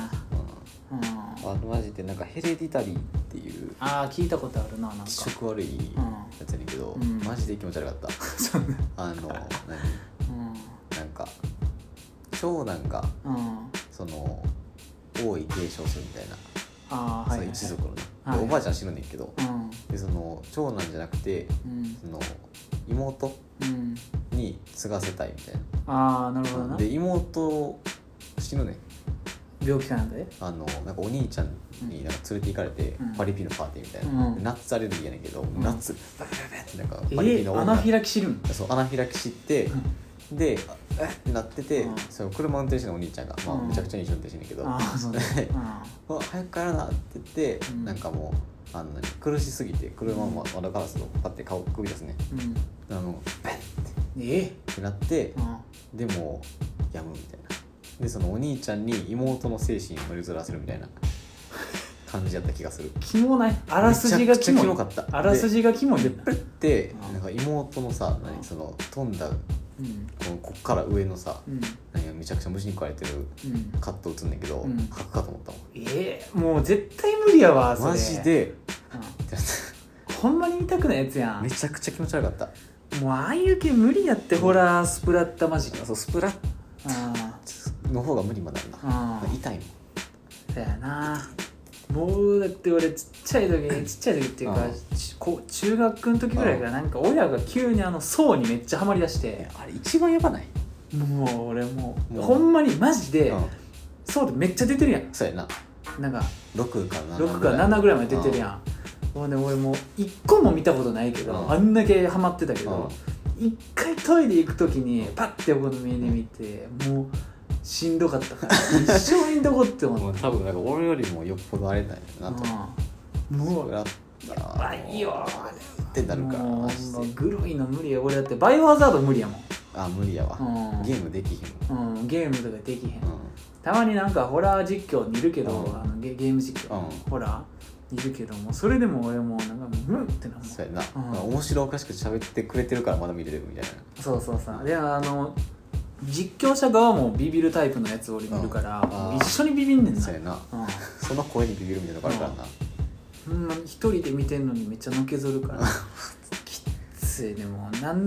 Speaker 1: うん
Speaker 2: ん、あのマジでなんかヘレディタリーっていう
Speaker 1: ああ聞いたことあるななんか
Speaker 2: 気色悪いやつやねんけど、
Speaker 1: うん
Speaker 2: マジで気持ち悪かった
Speaker 1: そんな
Speaker 2: あの何
Speaker 1: う
Speaker 2: なんか長男が
Speaker 1: んうん
Speaker 2: その王位継承するみたいな、
Speaker 1: ああはいはいはい
Speaker 2: その一族のね、
Speaker 1: はい
Speaker 2: でおばあちゃん死ぬねんけど、
Speaker 1: うん
Speaker 2: でその長男じゃなくて
Speaker 1: うん
Speaker 2: その妹
Speaker 1: うん
Speaker 2: に継がせたいみたいな
Speaker 1: ああなるほどな
Speaker 2: で妹死ぬねん
Speaker 1: 病気かなんかで
Speaker 2: あのなんかお兄ちゃんになんか連れて行かれて、
Speaker 1: うん
Speaker 2: パリピのパーティーみたいな、
Speaker 1: うん
Speaker 2: でナッツアレルギーやねんけど、
Speaker 1: ん
Speaker 2: ナッツバリバリバリってなんか
Speaker 1: え
Speaker 2: パリピの
Speaker 1: ー、ア
Speaker 2: 女
Speaker 1: ナフィラキシルン
Speaker 2: そうアナフィラキシって、でえっってなってて、
Speaker 1: うん
Speaker 2: その車運転手のお兄ちゃんが、まあ、
Speaker 1: うん
Speaker 2: めちゃくちゃいい人運転手やねんけど、
Speaker 1: ああそうだ ね
Speaker 2: うわ早く帰らなって言って、
Speaker 1: うん
Speaker 2: なんかもうあの何苦しすぎて車を窓ガラスをパッて顔首出すね
Speaker 1: うんうん
Speaker 2: あのベンっ
Speaker 1: え
Speaker 2: てなって
Speaker 1: ー、うん
Speaker 2: でもやむみたいなでそのお兄ちゃんに妹の精神を譲らせるみたいな感じやった気がする
Speaker 1: キモないあらすじがキモい
Speaker 2: めちゃくちゃキモかった
Speaker 1: あらすじがキモい
Speaker 2: で
Speaker 1: ねんな
Speaker 2: プッて
Speaker 1: うん
Speaker 2: なんか妹のさ
Speaker 1: う
Speaker 2: 何
Speaker 1: ん
Speaker 2: その飛んだこ
Speaker 1: うん
Speaker 2: のこっから上のさ
Speaker 1: うん
Speaker 2: 何がめちゃくちゃ虫に食われてる
Speaker 1: うん
Speaker 2: カット映んねんけど
Speaker 1: うん
Speaker 2: 吐くかと思ったもん
Speaker 1: えー、もう絶対無理やわそれ
Speaker 2: マジ、で
Speaker 1: う
Speaker 2: ってなっ
Speaker 1: んほんまに見たくないやつや
Speaker 2: た
Speaker 1: ん
Speaker 2: めちゃくちゃ気持ち悪かった
Speaker 1: もうああいう系無理やって、ホラースプラッタマジック
Speaker 2: そうスプラッ
Speaker 1: あ
Speaker 2: の方が無理まだあるな
Speaker 1: ああ
Speaker 2: 痛いもん
Speaker 1: あだよなもうだって俺ちっちゃい時にちっちゃい時っていうか、
Speaker 2: う
Speaker 1: ちこう中学の時ぐらいからなんか親が急にあの層にめっちゃハマりだし
Speaker 2: い
Speaker 1: て
Speaker 2: やあれ一番やばない、
Speaker 1: もう俺もう
Speaker 2: もう
Speaker 1: ほんまにマジで
Speaker 2: うん、
Speaker 1: 層でめっちゃ出てるやん
Speaker 2: そうやな
Speaker 1: なんか
Speaker 2: 6か7
Speaker 1: 6か7ぐらいまで出てるやんもうね俺もう1個も見たことないけど、
Speaker 2: うん
Speaker 1: あんだけハマってたけ
Speaker 2: け
Speaker 1: ど、一回トイレ行く時にパッて僕の目で見てもうしんどかったから一生にどこって思って
Speaker 2: もう多分なんか俺よりもよっぽどあれだよ なと
Speaker 1: うんもう
Speaker 2: や
Speaker 1: やばいよ
Speaker 2: ってなるから
Speaker 1: もう
Speaker 2: マジで
Speaker 1: もうグロいの無理や俺だってバイオハザード無理やもん
Speaker 2: あ無理やわ、
Speaker 1: うん
Speaker 2: ゲームできひん
Speaker 1: うん、ゲームとかできへん、
Speaker 2: わ
Speaker 1: たまになんかホラー実況見るけど、
Speaker 2: うん
Speaker 1: あのゲゲーム実況、
Speaker 2: うん
Speaker 1: ホラー見るけどもそれでも俺もうなんかもうムンってなる
Speaker 2: う
Speaker 1: もん
Speaker 2: んそうやな、
Speaker 1: うん
Speaker 2: 面白おかしく喋ってくれてるからまだ見れるみたいな
Speaker 1: そうそうそうであの実況者側もビビるタイプのやつ俺見るから、
Speaker 2: うん
Speaker 1: もう一緒にビビんねんな
Speaker 2: そうやな
Speaker 1: うん
Speaker 2: その声にビビるみたいなとこあるからな、
Speaker 1: ほんまに一人で見てんのにめっちゃのけぞる からきっついでもなん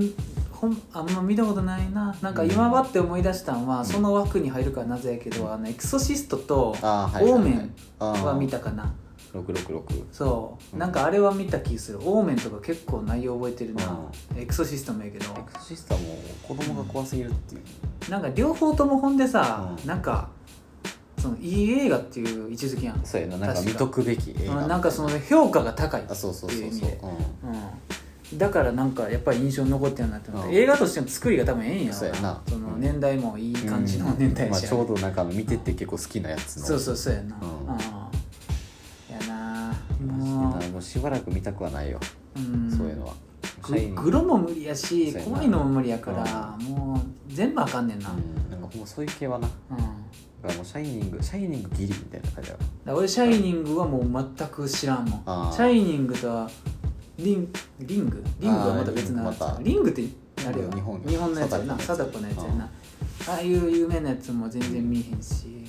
Speaker 1: ほんあんま見たことないななんか今ばって思い出したんは、
Speaker 2: ん
Speaker 1: その枠に入るからなぜやけど、あのエクソシストと
Speaker 2: あー
Speaker 1: オーメンは見たかな
Speaker 2: 六六六
Speaker 1: そう
Speaker 2: うん
Speaker 1: なんかあれは見た気するオーメンとか結構内容覚えてるな、エクソシストもやけど
Speaker 2: エクソシストはもう子供が怖すぎるっていう、
Speaker 1: なんか両方ともほんでさ、
Speaker 2: うん
Speaker 1: なんかそのいい映画っていう位置づけやん
Speaker 2: そうやななんか
Speaker 1: 確か
Speaker 2: 見とくべき映画みたい
Speaker 1: うんなんかその評価が高い
Speaker 2: あそうそうそう
Speaker 1: っていう意味
Speaker 2: そう、
Speaker 1: でうん、だからなんかやっぱり印象に残ってるなって思って、
Speaker 2: うん
Speaker 1: 映画としての作りが多分ええんやろ
Speaker 2: そうやな
Speaker 1: その
Speaker 2: うん
Speaker 1: 年代もいい
Speaker 2: うん、
Speaker 1: 感じの年代
Speaker 2: まあ、
Speaker 1: やし、
Speaker 2: ちょうどなんか見てて結構好きなやつの
Speaker 1: そうそうそうやな
Speaker 2: うん
Speaker 1: うんやなも
Speaker 2: マジでなもうしばらく見たくはないよ、
Speaker 1: う、うん、
Speaker 2: そういうのは
Speaker 1: ググロも無理やし
Speaker 2: そうやな
Speaker 1: 怖いのも無理やから、もう全部あかんねんな、
Speaker 2: う
Speaker 1: うん
Speaker 2: ん、なんかもうそういう系はなだからもうシャイニングシャイニングギリみたいな感じだか
Speaker 1: だから俺「シャイニング」はもう全く知らんもん
Speaker 2: あ
Speaker 1: 「
Speaker 2: ー
Speaker 1: シャイニング」とはリンリングリングはまた別なやつ
Speaker 2: あー
Speaker 1: リングってあれよ
Speaker 2: 日本
Speaker 1: 日本のやつやな
Speaker 2: 貞
Speaker 1: 貞
Speaker 2: 子
Speaker 1: 子
Speaker 2: の
Speaker 1: の
Speaker 2: や
Speaker 1: や
Speaker 2: つ
Speaker 1: つやなああいう有名なやつも全然見えへんし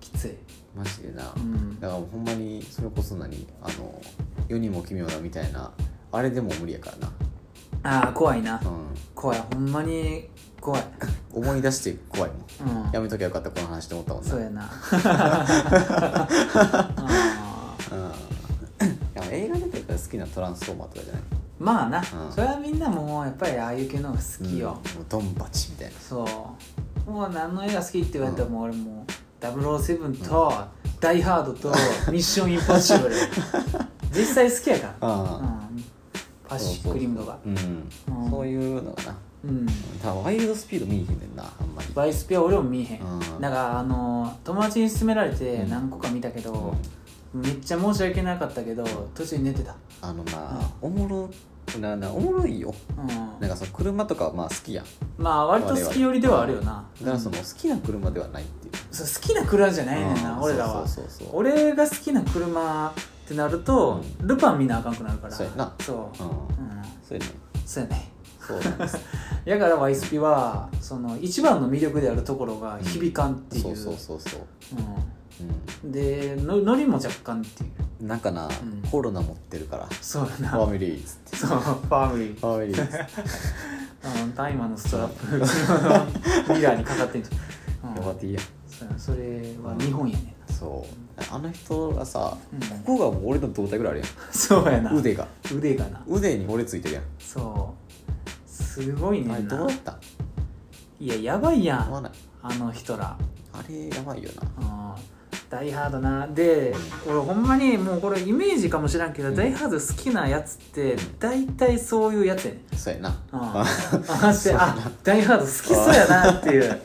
Speaker 1: きつい
Speaker 2: らマジでな、
Speaker 1: うん
Speaker 2: だからもうほんまにそれこそ何あの世にも奇妙だみたいなあれでも無理やからな、
Speaker 1: ああ怖いな
Speaker 2: うん、
Speaker 1: 怖いほんまに怖い
Speaker 2: 思い出して怖いもん
Speaker 1: うん
Speaker 2: やめときゃよかったこの話って思ったもんな
Speaker 1: そうや なあ ー
Speaker 2: うん、映画出てるから好きなトランスフォーマーとかじゃない
Speaker 1: まあな
Speaker 2: うん
Speaker 1: それはみんなもうやっぱりああいう系の方が好きよ、
Speaker 2: うんもうドンバチみたいな
Speaker 1: そうもう何の映画好きって言われたらもう俺もう007と「ダイ・ハード」 と「ミッション・インポッシブル」実際好きやから、う
Speaker 2: あ
Speaker 1: ん、パシフィック・リムとか
Speaker 2: あうん、
Speaker 1: うん
Speaker 2: そういうのがな
Speaker 1: うん
Speaker 2: 多分ワイルドスピード見えへんねんなあんまり
Speaker 1: バイスピは俺も見えへん、
Speaker 2: うん
Speaker 1: だからあのー友達に勧められて
Speaker 2: うん
Speaker 1: 何個か見たけ
Speaker 2: うん
Speaker 1: ど、めっちゃ申し訳なかったけど途中に寝てた
Speaker 2: あのなおもろななおもろいよ
Speaker 1: うん
Speaker 2: なんかその車とかはまあ好きやん
Speaker 1: まあ割と好き寄りではあるよな
Speaker 2: だからその
Speaker 1: う
Speaker 2: 好きな車ではないっていうん
Speaker 1: そう好きな車じゃないねんな、
Speaker 2: うん
Speaker 1: 俺らは
Speaker 2: そうそうそう
Speaker 1: 俺が好きな車ってなると、ルパン見なあかんくなるから
Speaker 2: そうやな
Speaker 1: そう、
Speaker 2: そう、うん、
Speaker 1: うん
Speaker 2: そうやね
Speaker 1: そうやね
Speaker 2: そうなんです
Speaker 1: やから YSP はその一番の魅力であるところが響かんっていう,、
Speaker 2: そううんそうそうそう
Speaker 1: でのノリも若干っていう
Speaker 2: うんなんかな、
Speaker 1: ん
Speaker 2: コロナ持ってるから
Speaker 1: そうや
Speaker 2: ファ
Speaker 1: な
Speaker 2: ミリーっつって
Speaker 1: そうファミリー
Speaker 2: ファミリーっつって
Speaker 1: あの大麻のストラップ ミラーにかかってんじゃん、うん
Speaker 2: 呼ばっていいやん
Speaker 1: そうやそれは日本やね
Speaker 2: そうあの人がさ、
Speaker 1: うん
Speaker 2: ここがもう俺の胴体ぐらいある
Speaker 1: んなそうや
Speaker 2: や
Speaker 1: なん
Speaker 2: 腕が
Speaker 1: 腕がな
Speaker 2: 腕に俺ついてるやん
Speaker 1: そうすごいね
Speaker 2: あれ
Speaker 1: ん
Speaker 2: ど
Speaker 1: な
Speaker 2: うだった
Speaker 1: いややばいや
Speaker 2: 合わ
Speaker 1: ん
Speaker 2: ない
Speaker 1: あの人ら
Speaker 2: あれやばいよな
Speaker 1: うんダイ・ハードなで俺ほんまにもうこれイメージかもしらんけど、
Speaker 2: うん
Speaker 1: ダイ・ハード好きなやつって大体そういうやつやねん
Speaker 2: そうやな、
Speaker 1: うん
Speaker 2: あ
Speaker 1: あしてあダイ・ハード好きそうやなっていう、うん、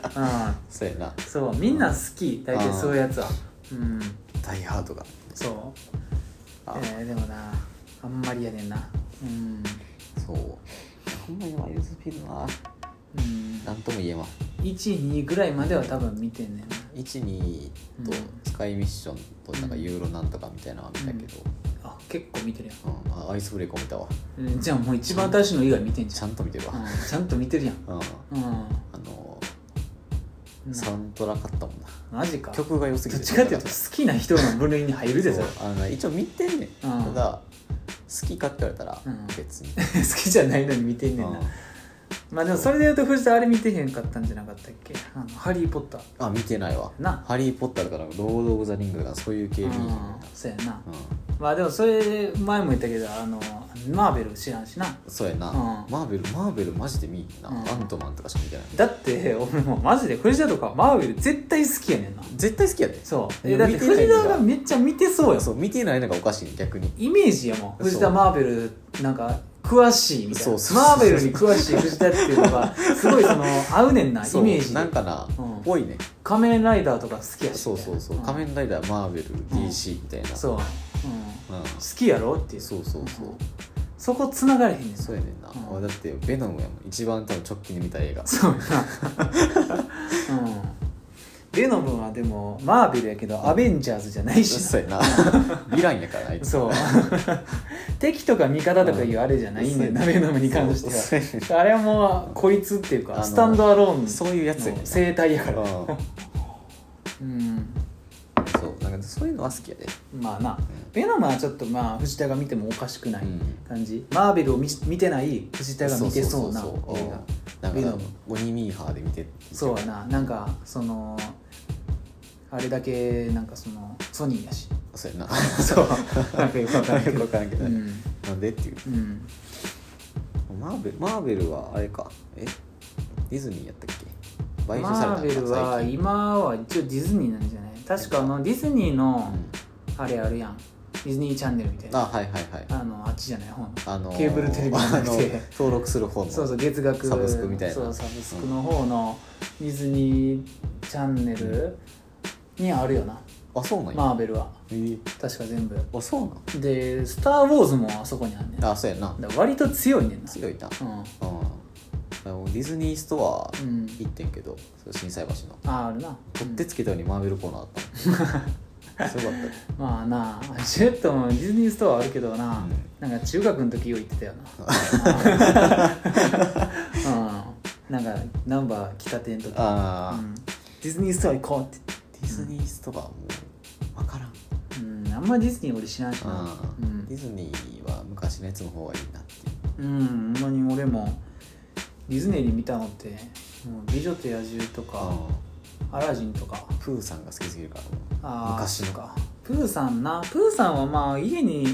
Speaker 2: そうやな
Speaker 1: そうみんな好き大体そういうやつはうん
Speaker 2: ダイハードが
Speaker 1: そう
Speaker 2: あ、
Speaker 1: えーでもなあんまりやねんなうん
Speaker 2: そうほんまにワイルドスピードな
Speaker 1: うん
Speaker 2: なんとも言えま
Speaker 1: 12ぐらいまでは多分見てんねんな
Speaker 2: 12と
Speaker 1: うん
Speaker 2: スカイミッションとなんかユーロなんとかみたいなのは見たけど、
Speaker 1: あ結構見てるや
Speaker 2: うんあアイスブレイクを見たわ
Speaker 1: ん、うん、じゃあもう一番新しいの以外見てんじ
Speaker 2: ち
Speaker 1: ゃ
Speaker 2: ゃ
Speaker 1: ん、
Speaker 2: んと見てるわ、
Speaker 1: うん、ちゃんと見てるやん
Speaker 2: うん
Speaker 1: うん
Speaker 2: あの
Speaker 1: うん
Speaker 2: サウンドラ買ったもんな、
Speaker 1: マジか
Speaker 2: 曲が良すぎ
Speaker 1: ど
Speaker 2: て
Speaker 1: っちかっていうと好きな人の分類に入るでそ
Speaker 2: そう
Speaker 1: れ
Speaker 2: あの一応見てんねん、
Speaker 1: うん
Speaker 2: ただ好きかって言われたら
Speaker 1: うん
Speaker 2: 別に、
Speaker 1: 好きじゃないのに見てんねん
Speaker 2: うん
Speaker 1: な、まあでもそれで言うと藤田あれ見てへんかったんじゃなかったっけあのハリー・ポッター
Speaker 2: あ見てないわ
Speaker 1: な
Speaker 2: ハリー・ポッターとかなんかロード・オブ・ザ・リングとかそういう系
Speaker 1: うん
Speaker 2: 見えへんねんな
Speaker 1: そうやな
Speaker 2: うん
Speaker 1: まあでもそれ前も言ったけどあのマーベル知らんしな
Speaker 2: そうやな、
Speaker 1: うん
Speaker 2: マーベルマーベルマジで見えへんな、
Speaker 1: うん
Speaker 2: アントマンとかしか見てない
Speaker 1: だって 俺もうマジで藤田とかマーベル絶対好きやねんな
Speaker 2: 絶対好きやで
Speaker 1: そうえ
Speaker 2: いや
Speaker 1: だって
Speaker 2: 見てない
Speaker 1: 藤
Speaker 2: んだ
Speaker 1: 田がめっちゃ見てそうやもん
Speaker 2: そう見てないのがおかしいね逆に
Speaker 1: イメージやもん
Speaker 2: そう
Speaker 1: 藤田マーベルなんか詳しいみたいな
Speaker 2: そうそうそう
Speaker 1: マーベルに詳しい藤田っていうのがすごいその合うねんなイ
Speaker 2: そう
Speaker 1: メージで
Speaker 2: なんかな、
Speaker 1: うん
Speaker 2: 多いね
Speaker 1: 仮面ライダーとか好きやし
Speaker 2: そうそうそう、
Speaker 1: みたいな
Speaker 2: 仮面ライダーマーベル DC みたいな、
Speaker 1: うんそう、うん、好
Speaker 2: うん
Speaker 1: きやろっていう
Speaker 2: そうそうそう、
Speaker 1: うんそこ繋がれへんねんな
Speaker 2: そうやねんな、
Speaker 1: うん
Speaker 2: 俺だってベノムやもん一番多分直近で見た映画
Speaker 1: そう やなうんベノムはでもマーベルやけどアベンジャーズじゃないしな
Speaker 2: そうや なヴィランやからあいつ
Speaker 1: そう 敵とか味方とかいうあれじゃないねんなベノムに関しては
Speaker 2: そうそうやねん
Speaker 1: あれはもうこいつっていう
Speaker 2: あ
Speaker 1: か
Speaker 2: の
Speaker 1: スタンドアローン
Speaker 2: そういうやつやねん
Speaker 1: の
Speaker 2: な
Speaker 1: 生態やから
Speaker 2: うん
Speaker 1: うん
Speaker 2: そうなんかそういうのは好きやで、
Speaker 1: まあなベノムはちょっとまあ藤田が見てもおかしくない
Speaker 2: うん
Speaker 1: 感じ、マーベルを見見てない藤田が見てそうな映
Speaker 2: そうそう
Speaker 1: 画
Speaker 2: そう
Speaker 1: ベ
Speaker 2: うんな
Speaker 1: ノ
Speaker 2: ん
Speaker 1: ム
Speaker 2: か鬼ミーハーで見て
Speaker 1: そうやななんかそのあれだけなんかそのソニーやし
Speaker 2: そうやな
Speaker 1: そうなんかよくわからんけ
Speaker 2: よく
Speaker 1: ど
Speaker 2: わからんけ
Speaker 1: う
Speaker 2: ど、ね
Speaker 1: ん
Speaker 2: なんでっていう
Speaker 1: うん
Speaker 2: マーベルマーベルはあれかえディズニーやったっけ
Speaker 1: マ
Speaker 2: 買収されたんか
Speaker 1: ーベルは
Speaker 2: 最近
Speaker 1: 今は一応ディズニーなんじゃない確かあのディズニーの
Speaker 2: うん
Speaker 1: あれあるやんディズニーチャンネルみたいな
Speaker 2: あはいはいはい
Speaker 1: あのあっちじゃない方の
Speaker 2: あの
Speaker 1: ケーブルテレビじゃなくて
Speaker 2: あの登録する方の
Speaker 1: そうそう月額
Speaker 2: サブスクみたいな
Speaker 1: そうサブスクの方のディズニーチャンネルにあるよな、
Speaker 2: あそうなんや、
Speaker 1: マーベルは
Speaker 2: えー
Speaker 1: 確か全部
Speaker 2: あそうなん
Speaker 1: で「スター・ウォーズ」もあそこにあんねんだか
Speaker 2: あそうやな
Speaker 1: ら割と強いねんな
Speaker 2: 強いなうん
Speaker 1: うん、
Speaker 2: あのディズニーストア
Speaker 1: うん、
Speaker 2: 行ってんけど、そう震災橋の
Speaker 1: ああるな
Speaker 2: 取ってつけたようにマーベルコーナー あったのすごかっ
Speaker 1: うんまあなあジュエットもディズニーストアあるけどな、
Speaker 2: うん
Speaker 1: なんか中学の時よう行ってたよなうんなんかナンバー来たてん時、
Speaker 2: たああ、
Speaker 1: うんディズニーストア行こうって
Speaker 2: ディズニーストアもう分からん
Speaker 1: うん、あんまディズニー俺知らんしな
Speaker 2: あ
Speaker 1: う
Speaker 2: デ
Speaker 1: ん、
Speaker 2: ィズニーは昔のやつの方がいいなっていう
Speaker 1: うん、ほんまに俺もディズニーで見たのってもう美女と野獣」とか「アラジン」とか
Speaker 2: プーさんが好きすぎるから
Speaker 1: あー
Speaker 2: 昔の
Speaker 1: そっかプーさんなプーさんはまあ家に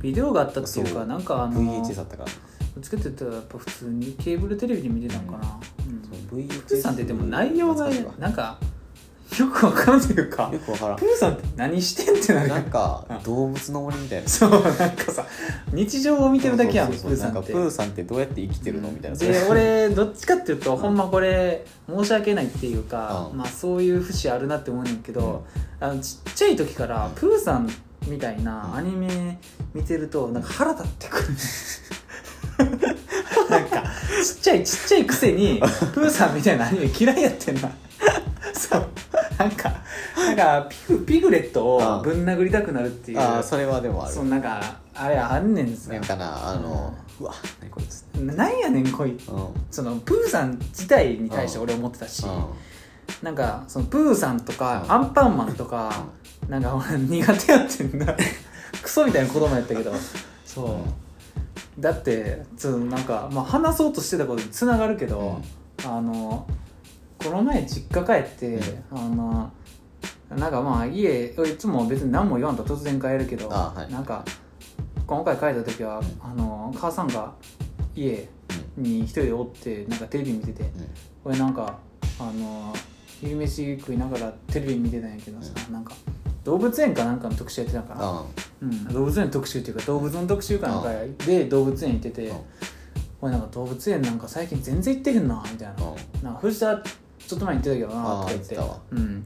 Speaker 1: ビデオがあったっていう
Speaker 2: そ
Speaker 1: か
Speaker 2: う
Speaker 1: なんかあの
Speaker 2: VHS だったから
Speaker 1: つけてたらやっぱ普通にケーブルテレビで見てたんかな、うん
Speaker 2: そう VHS
Speaker 1: プーさんってでも内容が
Speaker 2: 懐かしいわ
Speaker 1: なんかよくわかんないというか
Speaker 2: よく分からん
Speaker 1: プーさんって何してんってなる
Speaker 2: なん
Speaker 1: う
Speaker 2: か
Speaker 1: ん
Speaker 2: 動物の森みたいな
Speaker 1: そうなんかさ日常を見てるだけやんプ
Speaker 2: そうそ
Speaker 1: ー
Speaker 2: うそう
Speaker 1: さん
Speaker 2: な
Speaker 1: っ
Speaker 2: か
Speaker 1: て
Speaker 2: プーさんってどうやって生きてるのみたいな
Speaker 1: で俺どっちかっていうとほんまこれ申し訳ないっていうか、
Speaker 2: うん
Speaker 1: まあ、そういう節あるなって思うねんけど、あのちっちゃい時からプーさんみたいなアニメ見てるとなんか腹立ってくる なんかちっちゃいちっちゃいくせにプーさんみたいなアニメ嫌いやってんなそうなんかなんかピグピグレットをぶん殴りたくなるっていう、
Speaker 2: ああそれはでもある
Speaker 1: そのなんかあれあんねんさ
Speaker 2: なんかなあのうわ何こいつ
Speaker 1: なんやねんこい
Speaker 2: うんうん
Speaker 1: そのプーさん自体に対して俺思ってたし、なんかそのプーさんとか、
Speaker 2: うん
Speaker 1: アンパンマンとか、なんか俺苦手やってんな クソみたいな子供やったけどそう、だってそのなんか、まあ、話そうとしてたことにつながるけど、あのこの前実家帰って、あのなんかまあ家いつも別に何も言わんと突然帰るけど、
Speaker 2: あはい
Speaker 1: なんか今回帰った時は、あの母さんが家に一人でおってなんかテレビ見てて
Speaker 2: うんうん
Speaker 1: 俺なんかあの昼飯食いながらテレビ見てたんやけどさ、なんか動物園かなんかの特集やってたんから、
Speaker 2: あ
Speaker 1: うん、動物園の特集っていうか動物の特集かなんかで動物園行ってて
Speaker 2: うん
Speaker 1: 「俺なんか動物園なんか最近全然行ってへんな」みたいな
Speaker 2: うん
Speaker 1: 「なんか藤田ちょっと前に行ってたけどな」とか言って
Speaker 2: あー言ってたわ
Speaker 1: 「うん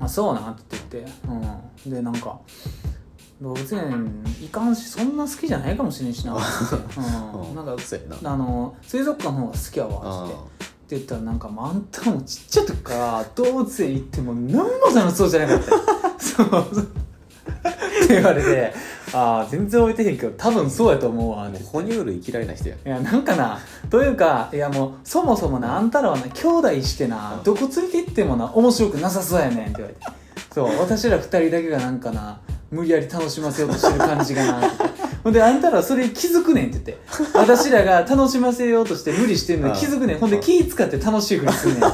Speaker 1: あそうな」って言って、うん、でなんか「動物園行かんしそんな好きじゃないかもしれんしな」って言って、
Speaker 2: うん
Speaker 1: うん、なんか
Speaker 2: そうやな
Speaker 1: あの水族館の方が好きやわ」って。
Speaker 2: う
Speaker 1: って言ったらなんかもうあんたもちっちゃい時から動物園行っても何も楽しそうじゃなかったよ そうそうって言われてああ全然置いてへんけど多分そうやと思うわっ
Speaker 2: んも
Speaker 1: て
Speaker 2: う哺乳類嫌いな人やん
Speaker 1: いやなんかなというかいやもうそもそもなあんたらはな兄弟してなどこついて行ってもな面白くなさそうやねんって言われてそう私ら二人だけがなんかな無理やり楽しませようとしてる感じがなってほんであんたらそれ気づくねんって言って私らが楽しませようとして無理してんのに気づくねんほんで気使って楽しいふりすんねん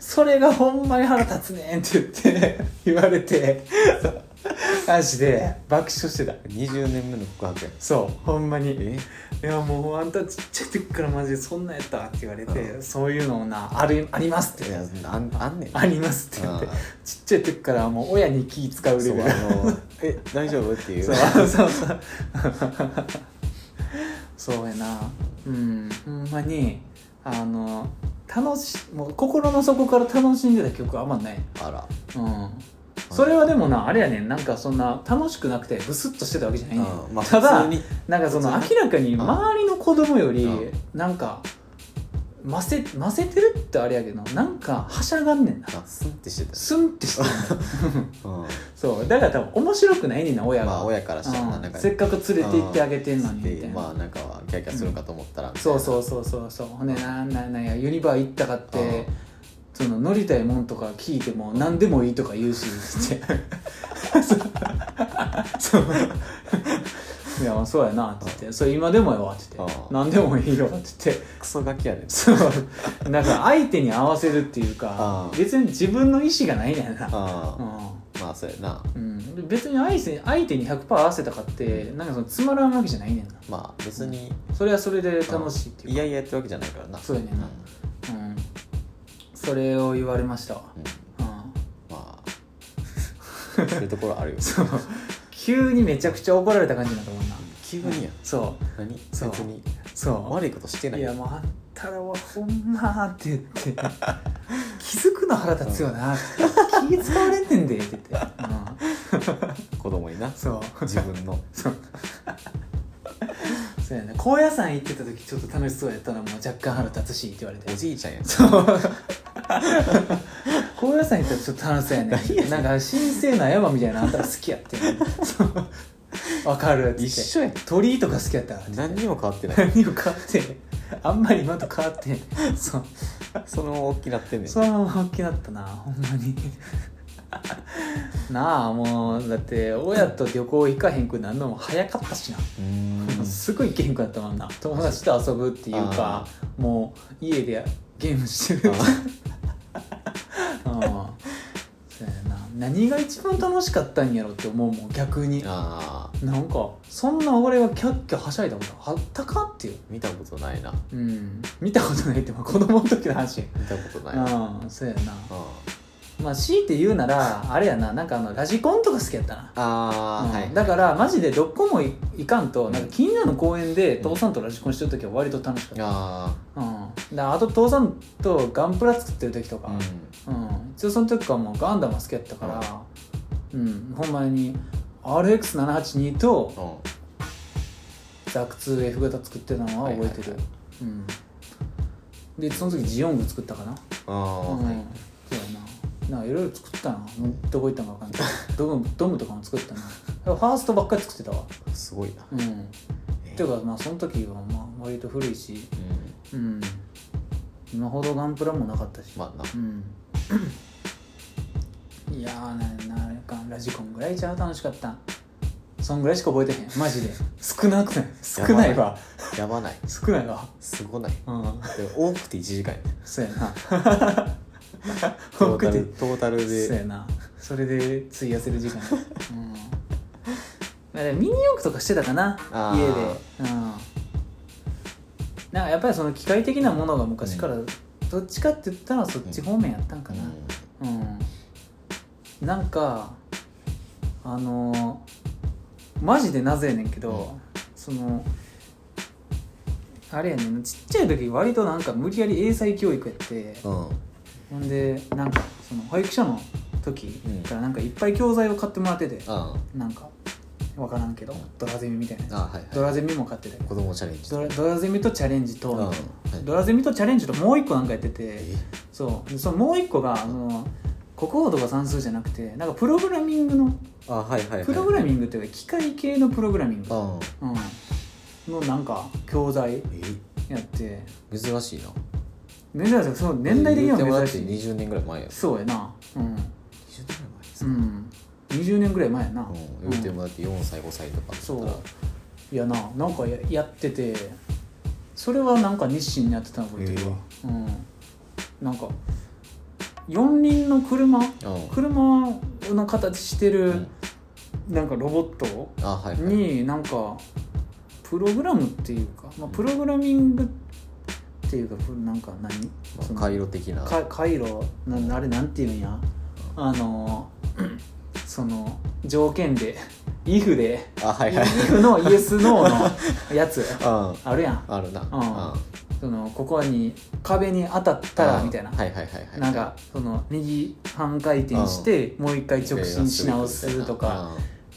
Speaker 1: それがほんまに腹立つねんって言って言われてマジで爆笑してた
Speaker 2: 20年目の告白や
Speaker 1: そうほんまに
Speaker 2: え
Speaker 1: いやもうあんたちっちゃい時からマジでそんなんやったわって言われて、
Speaker 2: う
Speaker 1: そういうのをなあるありますって
Speaker 2: いやあんあんねん
Speaker 1: ありますって言って
Speaker 2: うん
Speaker 1: ちっちゃい時からもう親に気使うレ
Speaker 2: そう
Speaker 1: ベ
Speaker 2: あ
Speaker 1: ル
Speaker 2: のえ大丈夫っていう
Speaker 1: そうそうそう そうやなうんほんまにあの楽しもう心の底から楽しんでた曲はあんまない
Speaker 2: あら
Speaker 1: うんそれはでもなあれやねんなんかそんな楽しくなくてブスッとしてたわけじゃないねん、
Speaker 2: うんまあ
Speaker 1: ただ
Speaker 2: 普通に
Speaker 1: なんかその
Speaker 2: 普
Speaker 1: 明らかに
Speaker 2: うん
Speaker 1: 周りの子供より
Speaker 2: うん
Speaker 1: なんかませませてるってあれやけどなんかはしゃがんねんな
Speaker 2: あスンってしてた
Speaker 1: スンってしてる
Speaker 2: うん
Speaker 1: そうだから多分面白くないねんな親が、
Speaker 2: まあ親からしたらな
Speaker 1: うん
Speaker 2: なんか
Speaker 1: せっかく連れて行ってあげてんのにみたい
Speaker 2: で
Speaker 1: な、
Speaker 2: まあなんかキャーキャーするかと思ったらみたいな
Speaker 1: そうそうそうそうそうほんでなんなんなんやユニバー行ったかって、
Speaker 2: うん
Speaker 1: その乗りたいもんとか聞いても何でもいいとか言う しってそうそういやまあそうやなって言って「それ今でもよ」って言って「
Speaker 2: うん
Speaker 1: 何でもいいよ」って言って
Speaker 2: クソガキやねん
Speaker 1: そうなんか相手に合わせるっていうか
Speaker 2: うん
Speaker 1: 別に自分の意思がないねんな
Speaker 2: あ
Speaker 1: う
Speaker 2: あ
Speaker 1: ん
Speaker 2: まあそうやな
Speaker 1: うんで別に相手に相手に100%合わせたかってなんかそのつまらんわけじゃないねんな
Speaker 2: まあ別に
Speaker 1: それはそれで楽しいっていう
Speaker 2: い
Speaker 1: か
Speaker 2: やいやってわけじゃないからな
Speaker 1: そうやねん
Speaker 2: ん
Speaker 1: なうんそれを言われましたわ
Speaker 2: うん
Speaker 1: うん
Speaker 2: まあそういうところあるよ
Speaker 1: そう急にめちゃくちゃ怒られた感じになったもんな
Speaker 2: 急にや
Speaker 1: そう
Speaker 2: 何別
Speaker 1: そう
Speaker 2: に
Speaker 1: そ
Speaker 2: 悪いことして
Speaker 1: う
Speaker 2: ない
Speaker 1: い
Speaker 2: よ
Speaker 1: やもうあんたらはほんまって言って気づくの腹立つよなって気使われてんでって言って、うん、
Speaker 2: 子供にな
Speaker 1: そう
Speaker 2: 自分の
Speaker 1: そうそうやね高野山行ってた時ちょっと楽しそうやったらもう若干腹立つしって言われて
Speaker 2: おじいちゃんやん
Speaker 1: そう高野山行ったらちょっと楽しそうやねなんか神聖な山みたいなのあんたら好きやってんそうわかるっつって
Speaker 2: 一緒やん
Speaker 1: 鳥居とか好きやったら
Speaker 2: 何にも変わってない
Speaker 1: 何を変わってんあんまり今と変わってんそう
Speaker 2: そのまま大きなってんねん
Speaker 1: そのまま大きなったなほんまに なあもうだって親と旅行行かへんくなんのも早かったしな
Speaker 2: うーん
Speaker 1: すぐ行けへんくなったもんな友達と遊ぶっていうかもう家でゲームしてる
Speaker 2: あ
Speaker 1: うんそうやな何が一番楽しかったんやろって思うもん逆に
Speaker 2: あ
Speaker 1: なんかそんな俺がキャッキャはしゃいだことあったかっていう
Speaker 2: ー見たことないな
Speaker 1: うん見たことないってまあ子供の時の話
Speaker 2: 見たことないな
Speaker 1: うんそうやな
Speaker 2: うん
Speaker 1: まあ強いて言うならあれやななんかあのラジコンとか好きやったな
Speaker 2: あ
Speaker 1: うん
Speaker 2: ーはい
Speaker 1: だからマジでどこもいいかんとなんか近所の公園で父さんとラジコンしてる時は割と楽しかった、
Speaker 2: あ
Speaker 1: うん、だあと父さんとガンプラ作ってる時と
Speaker 2: あ
Speaker 1: か、
Speaker 2: う
Speaker 1: うん、一応その時からもうガンダムは好きやったから、うん、ほんまに RX782 と
Speaker 2: んうん
Speaker 1: ザク 2F 型作ってたのは覚えてる、
Speaker 2: はいはいは
Speaker 1: うん、でその時ジオング作ったかな
Speaker 2: ああ
Speaker 1: うん、
Speaker 2: はい
Speaker 1: そうやななんかいろいろ作ったなもうどこ行ったんか分かんない ドムドムとかも作ったなファーストばっかり作ってたわ
Speaker 2: すごいな
Speaker 1: うんていう
Speaker 2: か
Speaker 1: かまあその時はまあ割と古いしうん今ほどガンプラもなかったし
Speaker 2: まあな
Speaker 1: うんいやーななんかラジコンぐらいちゃう楽しかったそんぐらいしか覚えてへんマジ で少なくない少ないわ
Speaker 2: やばない
Speaker 1: 少ないわ
Speaker 2: すごない
Speaker 1: うん
Speaker 2: で多くて1時間やね
Speaker 1: そうや な多
Speaker 2: トータ
Speaker 1: くて
Speaker 2: ルトータル
Speaker 1: そう
Speaker 2: で
Speaker 1: やなそれで費やせる時 間うんまあでもミニ四駆とかしてたかな
Speaker 2: あー
Speaker 1: 家でうんなんかやっぱりその機械的なものが昔から、どっちかって言ったらそっち方面やったんかなうん、なんかあのーマジでなぜやねんけど、
Speaker 2: うん
Speaker 1: そのあれやねんちっちゃい時割となんか無理やり英才教育やって
Speaker 2: うんうん
Speaker 1: ほんでなんかその保育所の時からなんかいっぱい教材を買ってもらってて、
Speaker 2: あ
Speaker 1: なんか分からんけどドラゼミみたいなやつ
Speaker 2: あはい
Speaker 1: ド
Speaker 2: は
Speaker 1: ラゼミも買ってた
Speaker 2: い子供チャレンジ
Speaker 1: ドラドラゼミとチャレンジと、
Speaker 2: うんはい
Speaker 1: ドラゼミとチャレンジともう一個なんかやってて
Speaker 2: え
Speaker 1: そうでそのもう一個がその国語とか算数じゃなくてなんかプログラミングの
Speaker 2: あはいはいはい
Speaker 1: プログラミングっていうか機械系のプログラミング、
Speaker 2: うん
Speaker 1: うん、のなんか教材やって
Speaker 2: え珍しいな
Speaker 1: 珍しいその年代的に
Speaker 2: 言うても
Speaker 1: は
Speaker 2: だっ
Speaker 1: 珍
Speaker 2: て
Speaker 1: しい
Speaker 2: 20年ぐらい前やろ
Speaker 1: そうやなうん
Speaker 2: 20年ぐらい前です
Speaker 1: うん、20年ぐらい前やな、
Speaker 2: うん言うてもだって4歳5歳とか
Speaker 1: そう
Speaker 2: だっ
Speaker 1: いやななんかややっててそれはなんか日清にやってたの覚えてるわ、うんなんか四輪の車
Speaker 2: うん
Speaker 1: 車の形して
Speaker 2: う
Speaker 1: る
Speaker 2: ん
Speaker 1: なんかロボット
Speaker 2: あはいはい
Speaker 1: になんかプログラムっていうか、まあ、プログラミングっていうかふなんか何
Speaker 2: ま
Speaker 1: そ
Speaker 2: あ
Speaker 1: の
Speaker 2: 回路的な
Speaker 1: か回路なあれなんていうんやあの その条件で if で
Speaker 2: あはいはい
Speaker 1: if の yes no のやつ
Speaker 2: うん
Speaker 1: あるやん
Speaker 2: あるなうん
Speaker 1: あそのここに壁に当たったらみたいな、
Speaker 2: はいはいはいはい
Speaker 1: なんかその右半回転してもう一回直進し直すとか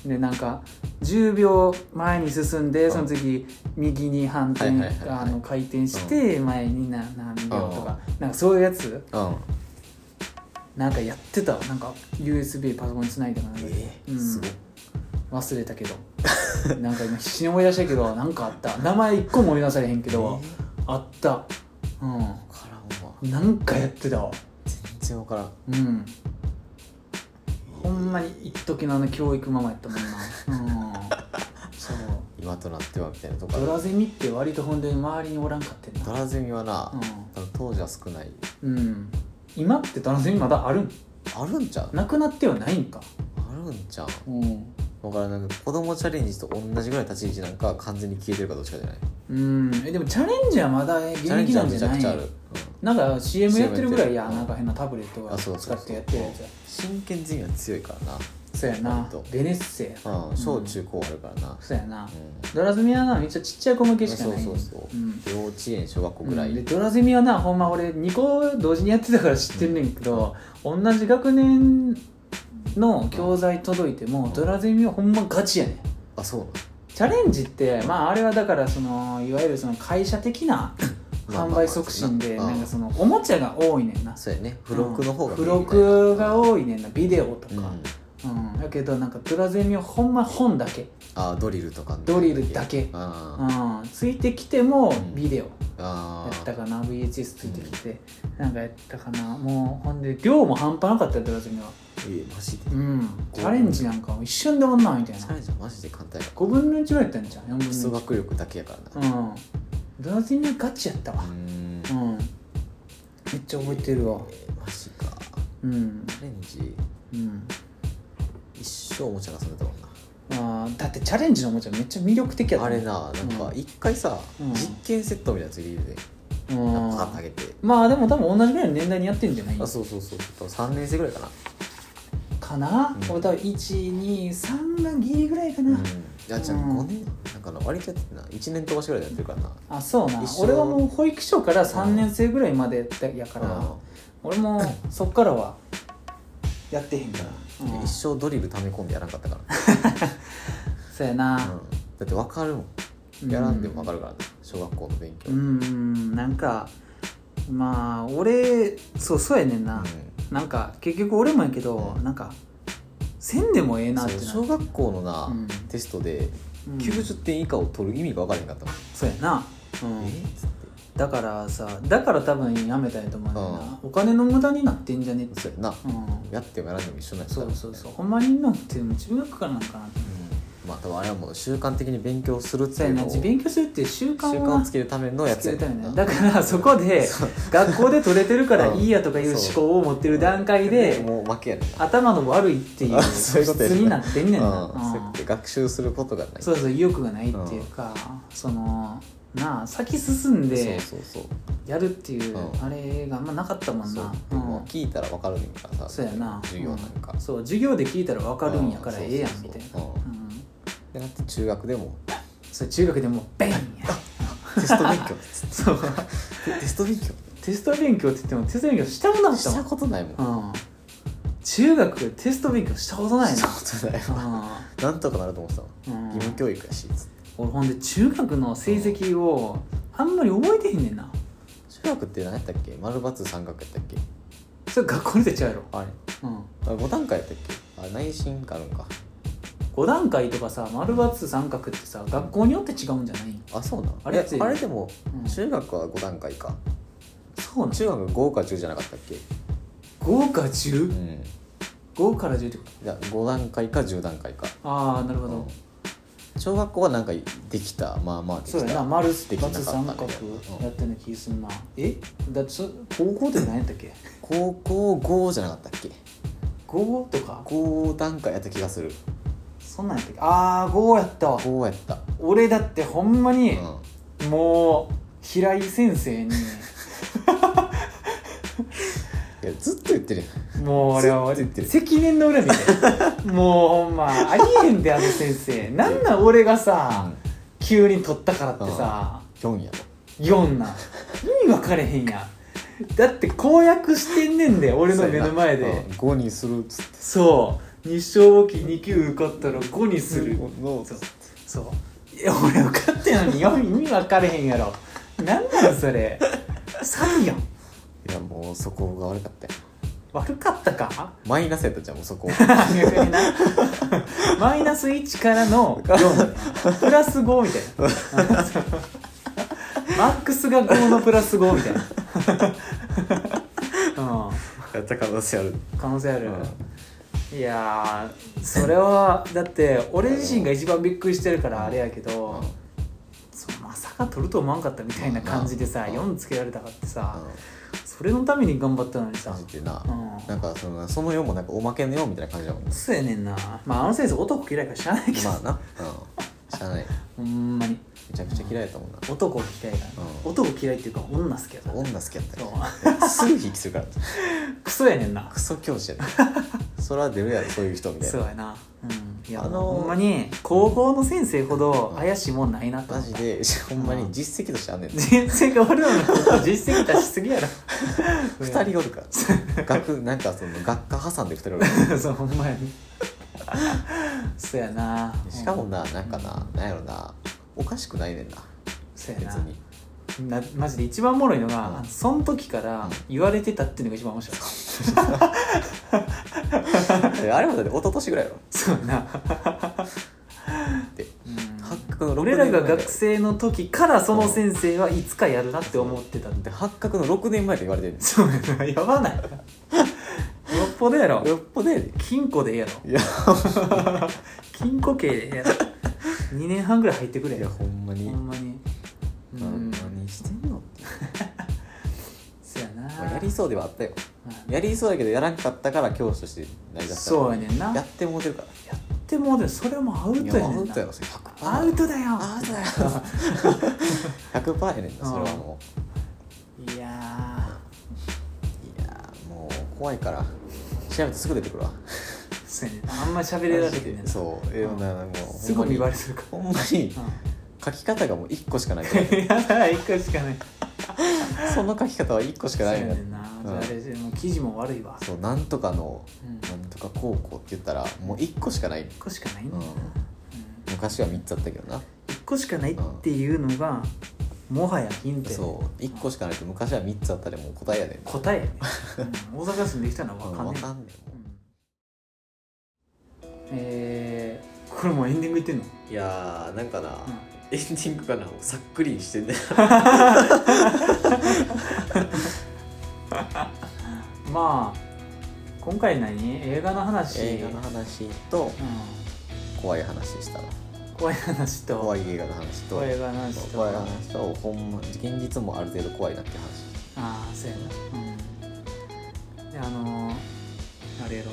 Speaker 1: でなんか10秒前に進んで
Speaker 2: うん
Speaker 1: その次右に反転
Speaker 2: はいはいはいはい
Speaker 1: あの回転して前にな何秒とかなんかそういうやつ
Speaker 2: うんうん
Speaker 1: なんかやってたなんか USB パソコンにつないでかなんか
Speaker 2: え
Speaker 1: うん
Speaker 2: ーすごい
Speaker 1: 忘れたけど なんか今必死に思い出したけどなんかあった名前一個も思い出されへんけど
Speaker 2: えー
Speaker 1: あったう
Speaker 2: わからんわ
Speaker 1: んなんかやってたわ
Speaker 2: 全然わからん
Speaker 1: うんほんまに一時のあの教育ママやったもんなうんそう
Speaker 2: 今となってはみたいなとこ
Speaker 1: ド
Speaker 2: ろ
Speaker 1: ラゼミって割と本当に周りにおらんかってん
Speaker 2: ド
Speaker 1: な
Speaker 2: ラゼミはな多分当時は少ない
Speaker 1: うん、うん、今ってドラゼミまだあるん
Speaker 2: あるんじゃん
Speaker 1: なくなってはないんか
Speaker 2: あるんじゃん
Speaker 1: うん
Speaker 2: だからんなんか子供チャレンジと同じぐらいの立ち位置なんか完全に消えてるかどっちかじゃない
Speaker 1: うんえでもチャレンジはまだ現
Speaker 2: チャレ
Speaker 1: 役
Speaker 2: ンジ
Speaker 1: な
Speaker 2: は
Speaker 1: ん
Speaker 2: め
Speaker 1: じ
Speaker 2: ち
Speaker 1: ゃ
Speaker 2: ゃ
Speaker 1: な
Speaker 2: く
Speaker 1: い
Speaker 2: ちゃある、うん
Speaker 1: なんか CM やってるぐらいや
Speaker 2: うん
Speaker 1: なんか変なタブレットが
Speaker 2: あそう
Speaker 1: 使
Speaker 2: そうそう
Speaker 1: ってやってるやつや
Speaker 2: 真剣ゼミは強いからな
Speaker 1: そうや
Speaker 2: 割
Speaker 1: な
Speaker 2: と
Speaker 1: ベネッセやな
Speaker 2: うん、小中高あるからな、
Speaker 1: そうやな
Speaker 2: うん
Speaker 1: ドラゼミはなめっちゃちっちゃい子向けしか
Speaker 2: そ
Speaker 1: な
Speaker 2: う
Speaker 1: い
Speaker 2: そうそう、
Speaker 1: うん
Speaker 2: 幼稚園小学校ぐらい、
Speaker 1: うんでドラゼミはなほんま俺2個同時にやってたから知ってんねんけど、同じ学年の教材届いても、ドラゼミはほんまガチやねん
Speaker 2: あそうな
Speaker 1: チャレンジってまああれはだからそのいわゆるその会社的な
Speaker 2: まあまあ
Speaker 1: 販売促進で
Speaker 2: まあ
Speaker 1: なんかそのおもちゃが多いねんな
Speaker 2: のそうやね付録の方が
Speaker 1: うん付録が
Speaker 2: い
Speaker 1: 多いねんなビデオと
Speaker 2: うん
Speaker 1: か、うんだけどなんかドラゼミはほんま本だけ、
Speaker 2: あドリルとか
Speaker 1: ドリルだけう
Speaker 2: あー
Speaker 1: ん、ついてきても
Speaker 2: ん
Speaker 1: ビデオ、
Speaker 2: あ
Speaker 1: やった
Speaker 2: ー
Speaker 1: かな VHS ついてきて、なんかやったかなもうほんで量も半端なかったよドラゼミは
Speaker 2: えマジで
Speaker 1: うんチャレンジなんかもう一瞬で終わんなみたい
Speaker 2: チ
Speaker 1: な
Speaker 2: ャレンジはマジで簡単やか
Speaker 1: 5分の1ぐらいやったんじゃん4分の
Speaker 2: ら基礎
Speaker 1: 1
Speaker 2: 学力だけやから
Speaker 1: う
Speaker 2: なん
Speaker 1: ドラゼミはガチやったわ
Speaker 2: うーん
Speaker 1: うん、めっちゃ覚えてるわ
Speaker 2: えーマジか
Speaker 1: うん
Speaker 2: チャレンジ
Speaker 1: うん
Speaker 2: 一生おもちゃが遊んでたもんな
Speaker 1: あーだってチャレンジのおもちゃめっちゃ魅力的やった
Speaker 2: あれななんか一回さ、
Speaker 1: うん
Speaker 2: 実験セットみたいなやつ入れてて、
Speaker 1: う
Speaker 2: なん
Speaker 1: ん
Speaker 2: かパカッと上げて、
Speaker 1: まあでも多分同じぐらいの年代にやってんじゃない
Speaker 2: あそうそうそう多分3年生ぐらいかな、
Speaker 1: かな、
Speaker 2: うん
Speaker 1: 俺多分123がギリぐらいかな、
Speaker 2: うん、いやじゃあ
Speaker 1: うん
Speaker 2: 5年なんかな割とやってたな1年飛ばしぐらいでやってるからな
Speaker 1: あそうな
Speaker 2: 一緒
Speaker 1: 俺はもう保育所から3年生ぐらいまでだやから、俺も そっからはやってへんから、
Speaker 2: うん
Speaker 1: うん
Speaker 2: 一生ドリル溜め込んでやらんかったか
Speaker 1: そうや
Speaker 2: ら、
Speaker 1: な、
Speaker 2: うんだって分かるも
Speaker 1: うん
Speaker 2: んやらんでも分かるからな小学校の勉強、
Speaker 1: うんうんなんかまあ俺そうそうやねんな、なんか結局俺もやけど、
Speaker 2: うん
Speaker 1: なんかせんでもええ
Speaker 2: うん
Speaker 1: なってな
Speaker 2: そう小学校のな、
Speaker 1: うん
Speaker 2: テストで
Speaker 1: うん
Speaker 2: 90点以下を取る意味が分からへんかったもん、
Speaker 1: そうやな、うん
Speaker 2: えっつって
Speaker 1: だからさだから多分やめたんやと思うねんな、お金の無駄になってんじゃねって、
Speaker 2: そうやな、
Speaker 1: うん、
Speaker 2: やってもやらんでも一緒なんやか
Speaker 1: そ
Speaker 2: ら
Speaker 1: うそうそうほんまにんのってもう中学からなんかなって
Speaker 2: うんまあ多分あれはもう習慣的に勉強するって
Speaker 1: そう
Speaker 2: い
Speaker 1: や
Speaker 2: う
Speaker 1: な
Speaker 2: のを習
Speaker 1: 勉強するっていう習慣を
Speaker 2: 慣を
Speaker 1: な
Speaker 2: つけるためのやつ
Speaker 1: 作
Speaker 2: や
Speaker 1: りたいよ
Speaker 2: な
Speaker 1: ねだからそこで学校で取れてるからいいやとかいう思考を持ってる段階で
Speaker 2: もう負けやねんな
Speaker 1: 頭の悪いって いう
Speaker 2: あ
Speaker 1: 質
Speaker 2: そういうことやね
Speaker 1: になってんねんな
Speaker 2: うんそうや
Speaker 1: うん
Speaker 2: って学習することがない
Speaker 1: そうそう意欲がないっていうかそのなあ先進んで
Speaker 2: そうそうそう
Speaker 1: やるっていう
Speaker 2: うん
Speaker 1: あれがあんまなかったもん
Speaker 2: そう
Speaker 1: な
Speaker 2: で
Speaker 1: うん
Speaker 2: も聞いたら分かるねんからさ
Speaker 1: そうやな
Speaker 2: 授業なんか
Speaker 1: うんそう授業で聞いたら分かるんやから
Speaker 2: うん
Speaker 1: ええやん
Speaker 2: そ
Speaker 1: み
Speaker 2: う
Speaker 1: た
Speaker 2: そ
Speaker 1: いうな
Speaker 2: そう
Speaker 1: う
Speaker 2: うん
Speaker 1: ん
Speaker 2: でなって中学でも
Speaker 1: それ中学でもうベン や
Speaker 2: テスト勉強
Speaker 1: そう
Speaker 2: テスト勉強
Speaker 1: テスト勉強って言ってもテスト勉強したことなかった
Speaker 2: し
Speaker 1: も
Speaker 2: た
Speaker 1: ん
Speaker 2: ことないもん
Speaker 1: うん中学テスト勉強したことない
Speaker 2: し
Speaker 1: な
Speaker 2: たことないわ
Speaker 1: う
Speaker 2: なんとかなると思ってたもん
Speaker 1: ん
Speaker 2: 義務教育やしつって
Speaker 1: 俺ほんで中学の成績をあんまり覚えてへんねんな
Speaker 2: 中学って何やったっけ丸×三角やったっけ
Speaker 1: それ学校に出ちゃうやろ、
Speaker 2: あれ
Speaker 1: うん、
Speaker 2: あ5段階やったっけあ内心かあるんか
Speaker 1: 5段階とかさ丸×三角ってさ学校によって違うんじゃない
Speaker 2: あそうなん
Speaker 1: あれやつ
Speaker 2: えあれでも
Speaker 1: うん
Speaker 2: 中学は5段階か、
Speaker 1: そうなの
Speaker 2: 中学5か10じゃなかったっけ
Speaker 1: 5か
Speaker 2: う
Speaker 1: 10?5
Speaker 2: ん
Speaker 1: から10ってこと
Speaker 2: いや5段階か10段階か
Speaker 1: ああなるほど、
Speaker 2: うん小学校はなんかできたまあまあでき
Speaker 1: そ
Speaker 2: た
Speaker 1: うやな丸×
Speaker 2: できなかった
Speaker 1: 三角やったような気すんな、えだってそ高校で何やったっけ
Speaker 2: 高校5じゃなかったっけ
Speaker 1: 5とか
Speaker 2: 5段階やった気がする
Speaker 1: そんなんやったっけああ5やったわ
Speaker 2: 5やった
Speaker 1: 俺だってほんま
Speaker 2: う
Speaker 1: に、
Speaker 2: ん
Speaker 1: もう平井先生 に
Speaker 2: いやずっと言ってるやん
Speaker 1: もう俺は
Speaker 2: ずっと言ってる
Speaker 1: 積年の恨み でもうほんまありえへんであの先生なんなん俺がさ、急に取ったからってさ、
Speaker 2: 4やと
Speaker 1: 4なん意味分かれへんやんだって公約してんねんで俺の目の前で
Speaker 2: 5にするっつって
Speaker 1: そう2勝をき2級受かったら5にする
Speaker 2: の
Speaker 1: そうそういや俺受かったのに4意味分かれへんやろなんなんそれ詐欺やん
Speaker 2: いやもうそこが悪かったよ
Speaker 1: 悪かったか
Speaker 2: マイナスやったじゃんもう そこ
Speaker 1: 逆になマイナス1からの4プラス5みたいなマックスが5のプラス5みたいなうん
Speaker 2: やった可能性ある
Speaker 1: 可能性ある、
Speaker 2: う
Speaker 1: いやーそれはだって俺自身が一番びっくりしてるからあれやけど、
Speaker 2: ん
Speaker 1: そうまさか取ると思わんかったみたいな感じでさ、
Speaker 2: うん
Speaker 1: 4つけられたかってさ、
Speaker 2: うん
Speaker 1: それのために頑張ったのにさ
Speaker 2: 感じてな、
Speaker 1: うん
Speaker 2: なんかそのその世もなんかおまけの世みたいな感じだもんね
Speaker 1: そうやねんなまああの先生男嫌いから知らないけど、
Speaker 2: まあなうんしゃあない
Speaker 1: ほんまに
Speaker 2: めちゃくちゃ嫌いやったもんな
Speaker 1: 男嫌いだ、
Speaker 2: うん
Speaker 1: 男嫌いっていうか女好きやから、
Speaker 2: 女好きやったよ
Speaker 1: そ
Speaker 2: すぐ引きするから
Speaker 1: うクソやねんな
Speaker 2: クソ教師やで それは出るやろそういう人みたい
Speaker 1: そう
Speaker 2: な
Speaker 1: やなうんいや
Speaker 2: あ
Speaker 1: あ
Speaker 2: の
Speaker 1: のほんまに高校の先生ほど
Speaker 2: うん
Speaker 1: 怪しいもんないなと
Speaker 2: マ
Speaker 1: 思っ
Speaker 2: ジ
Speaker 1: た
Speaker 2: でほんまに実績としてあんねん
Speaker 1: 人生が悪いのこと実績出しすぎ やろ
Speaker 2: 二人おるから学なんかその学科挟んで二人おるか
Speaker 1: そうほんまやねそうやな
Speaker 2: らしかもななんかななんやろなおかしくないねんな
Speaker 1: そうや
Speaker 2: 別
Speaker 1: な
Speaker 2: に
Speaker 1: なマジで一番おもろいのが、
Speaker 2: うん
Speaker 1: あのその時から言われてたっていうのが一番面白い
Speaker 2: えあれはだって一昨年ぐらいやろ
Speaker 1: そうやな
Speaker 2: って
Speaker 1: うん
Speaker 2: 発覚の6
Speaker 1: 俺
Speaker 2: 年ぐら
Speaker 1: ら
Speaker 2: い
Speaker 1: が
Speaker 2: 前
Speaker 1: 学生の時からその先生はいつかやるなって思ってたん
Speaker 2: で
Speaker 1: だ
Speaker 2: 発覚の6年前と言われてるんです
Speaker 1: そうやなやばないよっぽどやろ
Speaker 2: よっぽどやで
Speaker 1: 金庫でええやろ
Speaker 2: いや
Speaker 1: 金庫系でええやろ2年半ぐらい入ってくれ
Speaker 2: いや
Speaker 1: よ
Speaker 2: ほんまに
Speaker 1: ほんまにう
Speaker 2: うん
Speaker 1: ん
Speaker 2: 何してんのっていう
Speaker 1: そやな
Speaker 2: まあやりそうではあったよ
Speaker 1: まあ
Speaker 2: やりそうやけどやらんかったから教師として成り立った
Speaker 1: そうやねんな
Speaker 2: やってもうてるから
Speaker 1: でもでそれもアウト
Speaker 2: い
Speaker 1: や
Speaker 2: や
Speaker 1: ね
Speaker 2: アウ
Speaker 1: ん
Speaker 2: ト
Speaker 1: な
Speaker 2: やろそれ100%
Speaker 1: アウトだよ
Speaker 2: アウトだよ100%やねんなそれはも
Speaker 1: いや
Speaker 2: ういやーもう怖いから調べてすぐ出てくるわ
Speaker 1: ーそうやねんなあんま喋れられへんねんな
Speaker 2: そうえ
Speaker 1: うん
Speaker 2: なもう
Speaker 1: すぐ
Speaker 2: ほんまに
Speaker 1: 見バレするか
Speaker 2: ほんまに
Speaker 1: ら
Speaker 2: 書き方がもう1個しかないか
Speaker 1: うん やだ一個しかない
Speaker 2: らその書き方は1個しかない
Speaker 1: そう
Speaker 2: の
Speaker 1: や
Speaker 2: よ
Speaker 1: ねんな、
Speaker 2: うん
Speaker 1: じゃああれもう記事も悪いわ
Speaker 2: そうなんとかの
Speaker 1: うん
Speaker 2: なんとか高校って言ったらもう1個しかない
Speaker 1: 1個しかないんだな、
Speaker 2: うん
Speaker 1: うん
Speaker 2: 昔は3つあったけどな
Speaker 1: 1個しかないっていうのが、もはやヒントやね
Speaker 2: そう1個しかないけど昔は3つあったでもう答えやねん
Speaker 1: 答えやね、うん、大阪住んできたのは分かん
Speaker 2: わ
Speaker 1: ね
Speaker 2: かんね
Speaker 1: え、うん、えー、これもうエンディングいってんの、
Speaker 2: えいやーなんかな、
Speaker 1: う
Speaker 2: エンディングかなさっくりしてんね
Speaker 1: んまあ今回何映画の話
Speaker 2: 映画の話と
Speaker 1: う
Speaker 2: 怖い話したら
Speaker 1: ん、怖い話と
Speaker 2: 怖い映画の話と
Speaker 1: 怖い映画の話と
Speaker 2: 怖い話とほんま現実もある程度怖いなって話
Speaker 1: ああそうやなうんであのー、あれやろ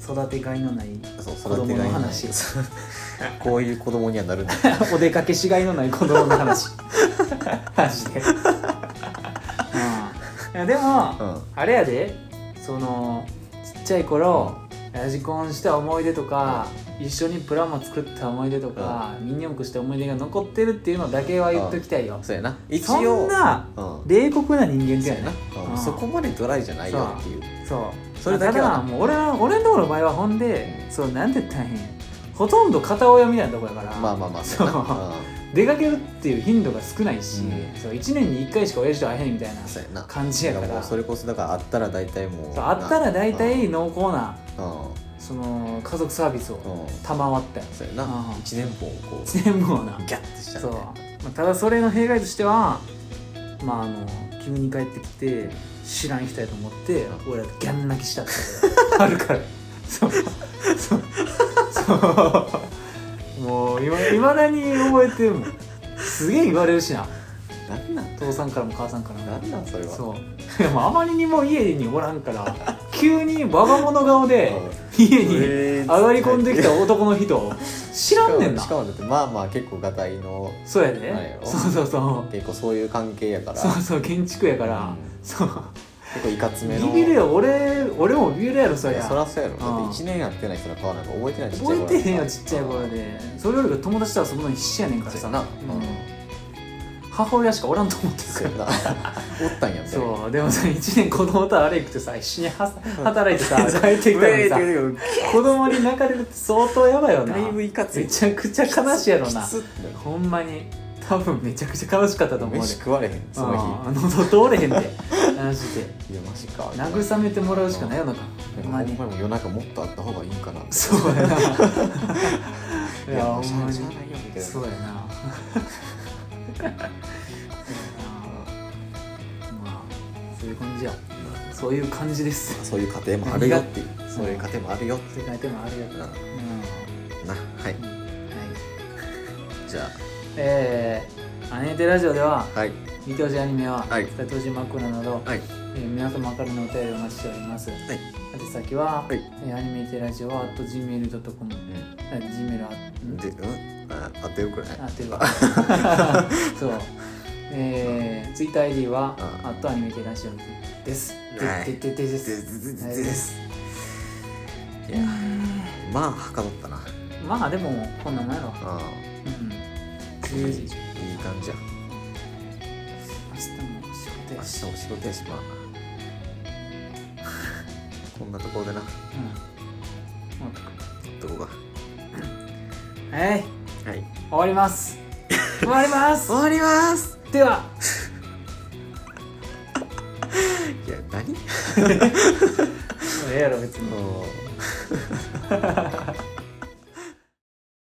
Speaker 1: 育てがいのない
Speaker 2: そう育て
Speaker 1: 子供の
Speaker 2: がいい
Speaker 1: 話
Speaker 2: こういう子供には なるんだ
Speaker 1: お出かけしがいのない子供の 話マジで、うん、いやでも、
Speaker 2: うん
Speaker 1: あれやでそのちっちゃい頃ラジコンした思い出とか、一緒にプラモ作った思い出とか、ミニ四駆した思い出が残ってるっていうのだけは言っときたいよ、
Speaker 2: そうやな一応
Speaker 1: そんな
Speaker 2: うん
Speaker 1: 冷酷な人間
Speaker 2: そ
Speaker 1: だ
Speaker 2: う
Speaker 1: よ
Speaker 2: や
Speaker 1: ね
Speaker 2: な、うん
Speaker 1: うん
Speaker 2: そこまでドライじゃないよっていう
Speaker 1: そう
Speaker 2: それだけは
Speaker 1: からもう俺は俺のところの場合はほんでそうなんて言ったらいいんやほとんど片親みたいなとこやから、
Speaker 2: まあまあまあそうやな
Speaker 1: そう
Speaker 2: う
Speaker 1: 出かけるっていう頻度が少ないし、
Speaker 2: うん
Speaker 1: そう1年に1回しか親父と会えへんみたいなん
Speaker 2: そうやな
Speaker 1: 感じやか
Speaker 2: だからも
Speaker 1: ら
Speaker 2: うそれこそだからあったら大体もう
Speaker 1: そうあったら大体
Speaker 2: うん
Speaker 1: 濃厚な
Speaker 2: うん
Speaker 1: その家族サービスを
Speaker 2: うん
Speaker 1: 賜ったよ
Speaker 2: そうやな
Speaker 1: うん
Speaker 2: 一年本をこう
Speaker 1: 全部をな
Speaker 2: ギャッてしちゃ
Speaker 1: そう、
Speaker 2: うね
Speaker 1: まあ、ただそれの弊害としてはまああの急に帰ってきて知らん人やと思って俺らギャン泣きした ってことがあるからそうそうそうもういまだに覚えてるもんすげえ言われるしな
Speaker 2: なんなん
Speaker 1: 父さんからも母さんからも
Speaker 2: なんなんそれは
Speaker 1: そう でもあまりにも家におらんから 急にババモの顔で家に
Speaker 2: え ー
Speaker 1: 上がり込んできた男の人知らんねんな
Speaker 2: しかもしかもだってまあまあ結構がたいの
Speaker 1: そうや
Speaker 2: なん
Speaker 1: で
Speaker 2: やろ
Speaker 1: そうそうそう
Speaker 2: 結構そういう関係やから
Speaker 1: そうそう建築やから、
Speaker 2: うん
Speaker 1: そう
Speaker 2: 結構いかつめの
Speaker 1: ビビるよ俺俺もビビるやろそ
Speaker 2: い
Speaker 1: り
Speaker 2: や
Speaker 1: ゃ
Speaker 2: そらそうやろだ
Speaker 1: うん
Speaker 2: って1年やってない人の顔なんか覚えてないちっちゃい
Speaker 1: 覚
Speaker 2: 頃
Speaker 1: えてへんよちっちゃい頃でそれよりか友達と遊ぶのに必死やねんから
Speaker 2: そう
Speaker 1: さ
Speaker 2: やな
Speaker 1: うん母親しかおらんと思って
Speaker 2: そ
Speaker 1: る
Speaker 2: うや
Speaker 1: か
Speaker 2: な おったんやっ
Speaker 1: ら
Speaker 2: て
Speaker 1: そうでもさ1年子供とあれ行くとさ一緒には働いて さ帰ってきたのにさ子供に泣かれるって相当やばいよな
Speaker 2: だいぶ
Speaker 1: め
Speaker 2: いかつい
Speaker 1: ちゃくちゃ悲しいやろ
Speaker 2: き
Speaker 1: な
Speaker 2: つってなる
Speaker 1: ほんまに多分めちゃくちゃ悲しかったと思うで
Speaker 2: 飯食われへんその
Speaker 1: うん喉通れへんでマジで
Speaker 2: 日いやマジか
Speaker 1: 慰めてもらうしかないよなかほん
Speaker 2: なんかほ
Speaker 1: ま
Speaker 2: ん
Speaker 1: に
Speaker 2: まにも夜中もっとあった方がいいんかなって
Speaker 1: そうやない
Speaker 2: い
Speaker 1: や
Speaker 2: や
Speaker 1: ほん
Speaker 2: し
Speaker 1: ま
Speaker 2: ゃあ
Speaker 1: に
Speaker 2: しゃあないよみたいな
Speaker 1: そうやなまあそういう感じやそういう感じです
Speaker 2: そういう家庭もあるよっていうそういう家庭もあるよって
Speaker 1: 世
Speaker 2: いう
Speaker 1: 界でもあるよ
Speaker 2: な
Speaker 1: う
Speaker 2: な
Speaker 1: ん
Speaker 2: はい
Speaker 1: はい
Speaker 2: じゃ
Speaker 1: えーアニメテラジオでは
Speaker 2: あはい
Speaker 1: 見てほしいアニメは、
Speaker 2: はい
Speaker 1: スタジオマ枕など、
Speaker 2: はい
Speaker 1: えー皆様からのお便りをお待ちしております、
Speaker 2: はい
Speaker 1: 宛先は、
Speaker 2: はい
Speaker 1: えーアニメテラジオは gmail.com
Speaker 2: う
Speaker 1: あ gmail は
Speaker 2: ん
Speaker 1: ん
Speaker 2: でうんああってよくない
Speaker 1: あというか そうえー、ツイッター ID は「
Speaker 2: うん
Speaker 1: アットアニメテラジオ」です。
Speaker 2: は
Speaker 1: で
Speaker 2: い
Speaker 1: でででで
Speaker 2: ですで
Speaker 1: はい
Speaker 2: でですいやまあはかどったな
Speaker 1: まあでもこんなもんやろ。
Speaker 2: あ
Speaker 1: うん。
Speaker 2: あいいいい感じや
Speaker 1: 明日も仕事
Speaker 2: 明
Speaker 1: やし。
Speaker 2: 日お仕事やしまあ こんなところで
Speaker 1: う
Speaker 2: な
Speaker 1: ん。もうとか
Speaker 2: どこが
Speaker 1: はい。
Speaker 2: はい
Speaker 1: 終わり ます。終わります
Speaker 2: 終。わります
Speaker 1: では。
Speaker 2: いや何
Speaker 1: ええやろ別に。
Speaker 2: もう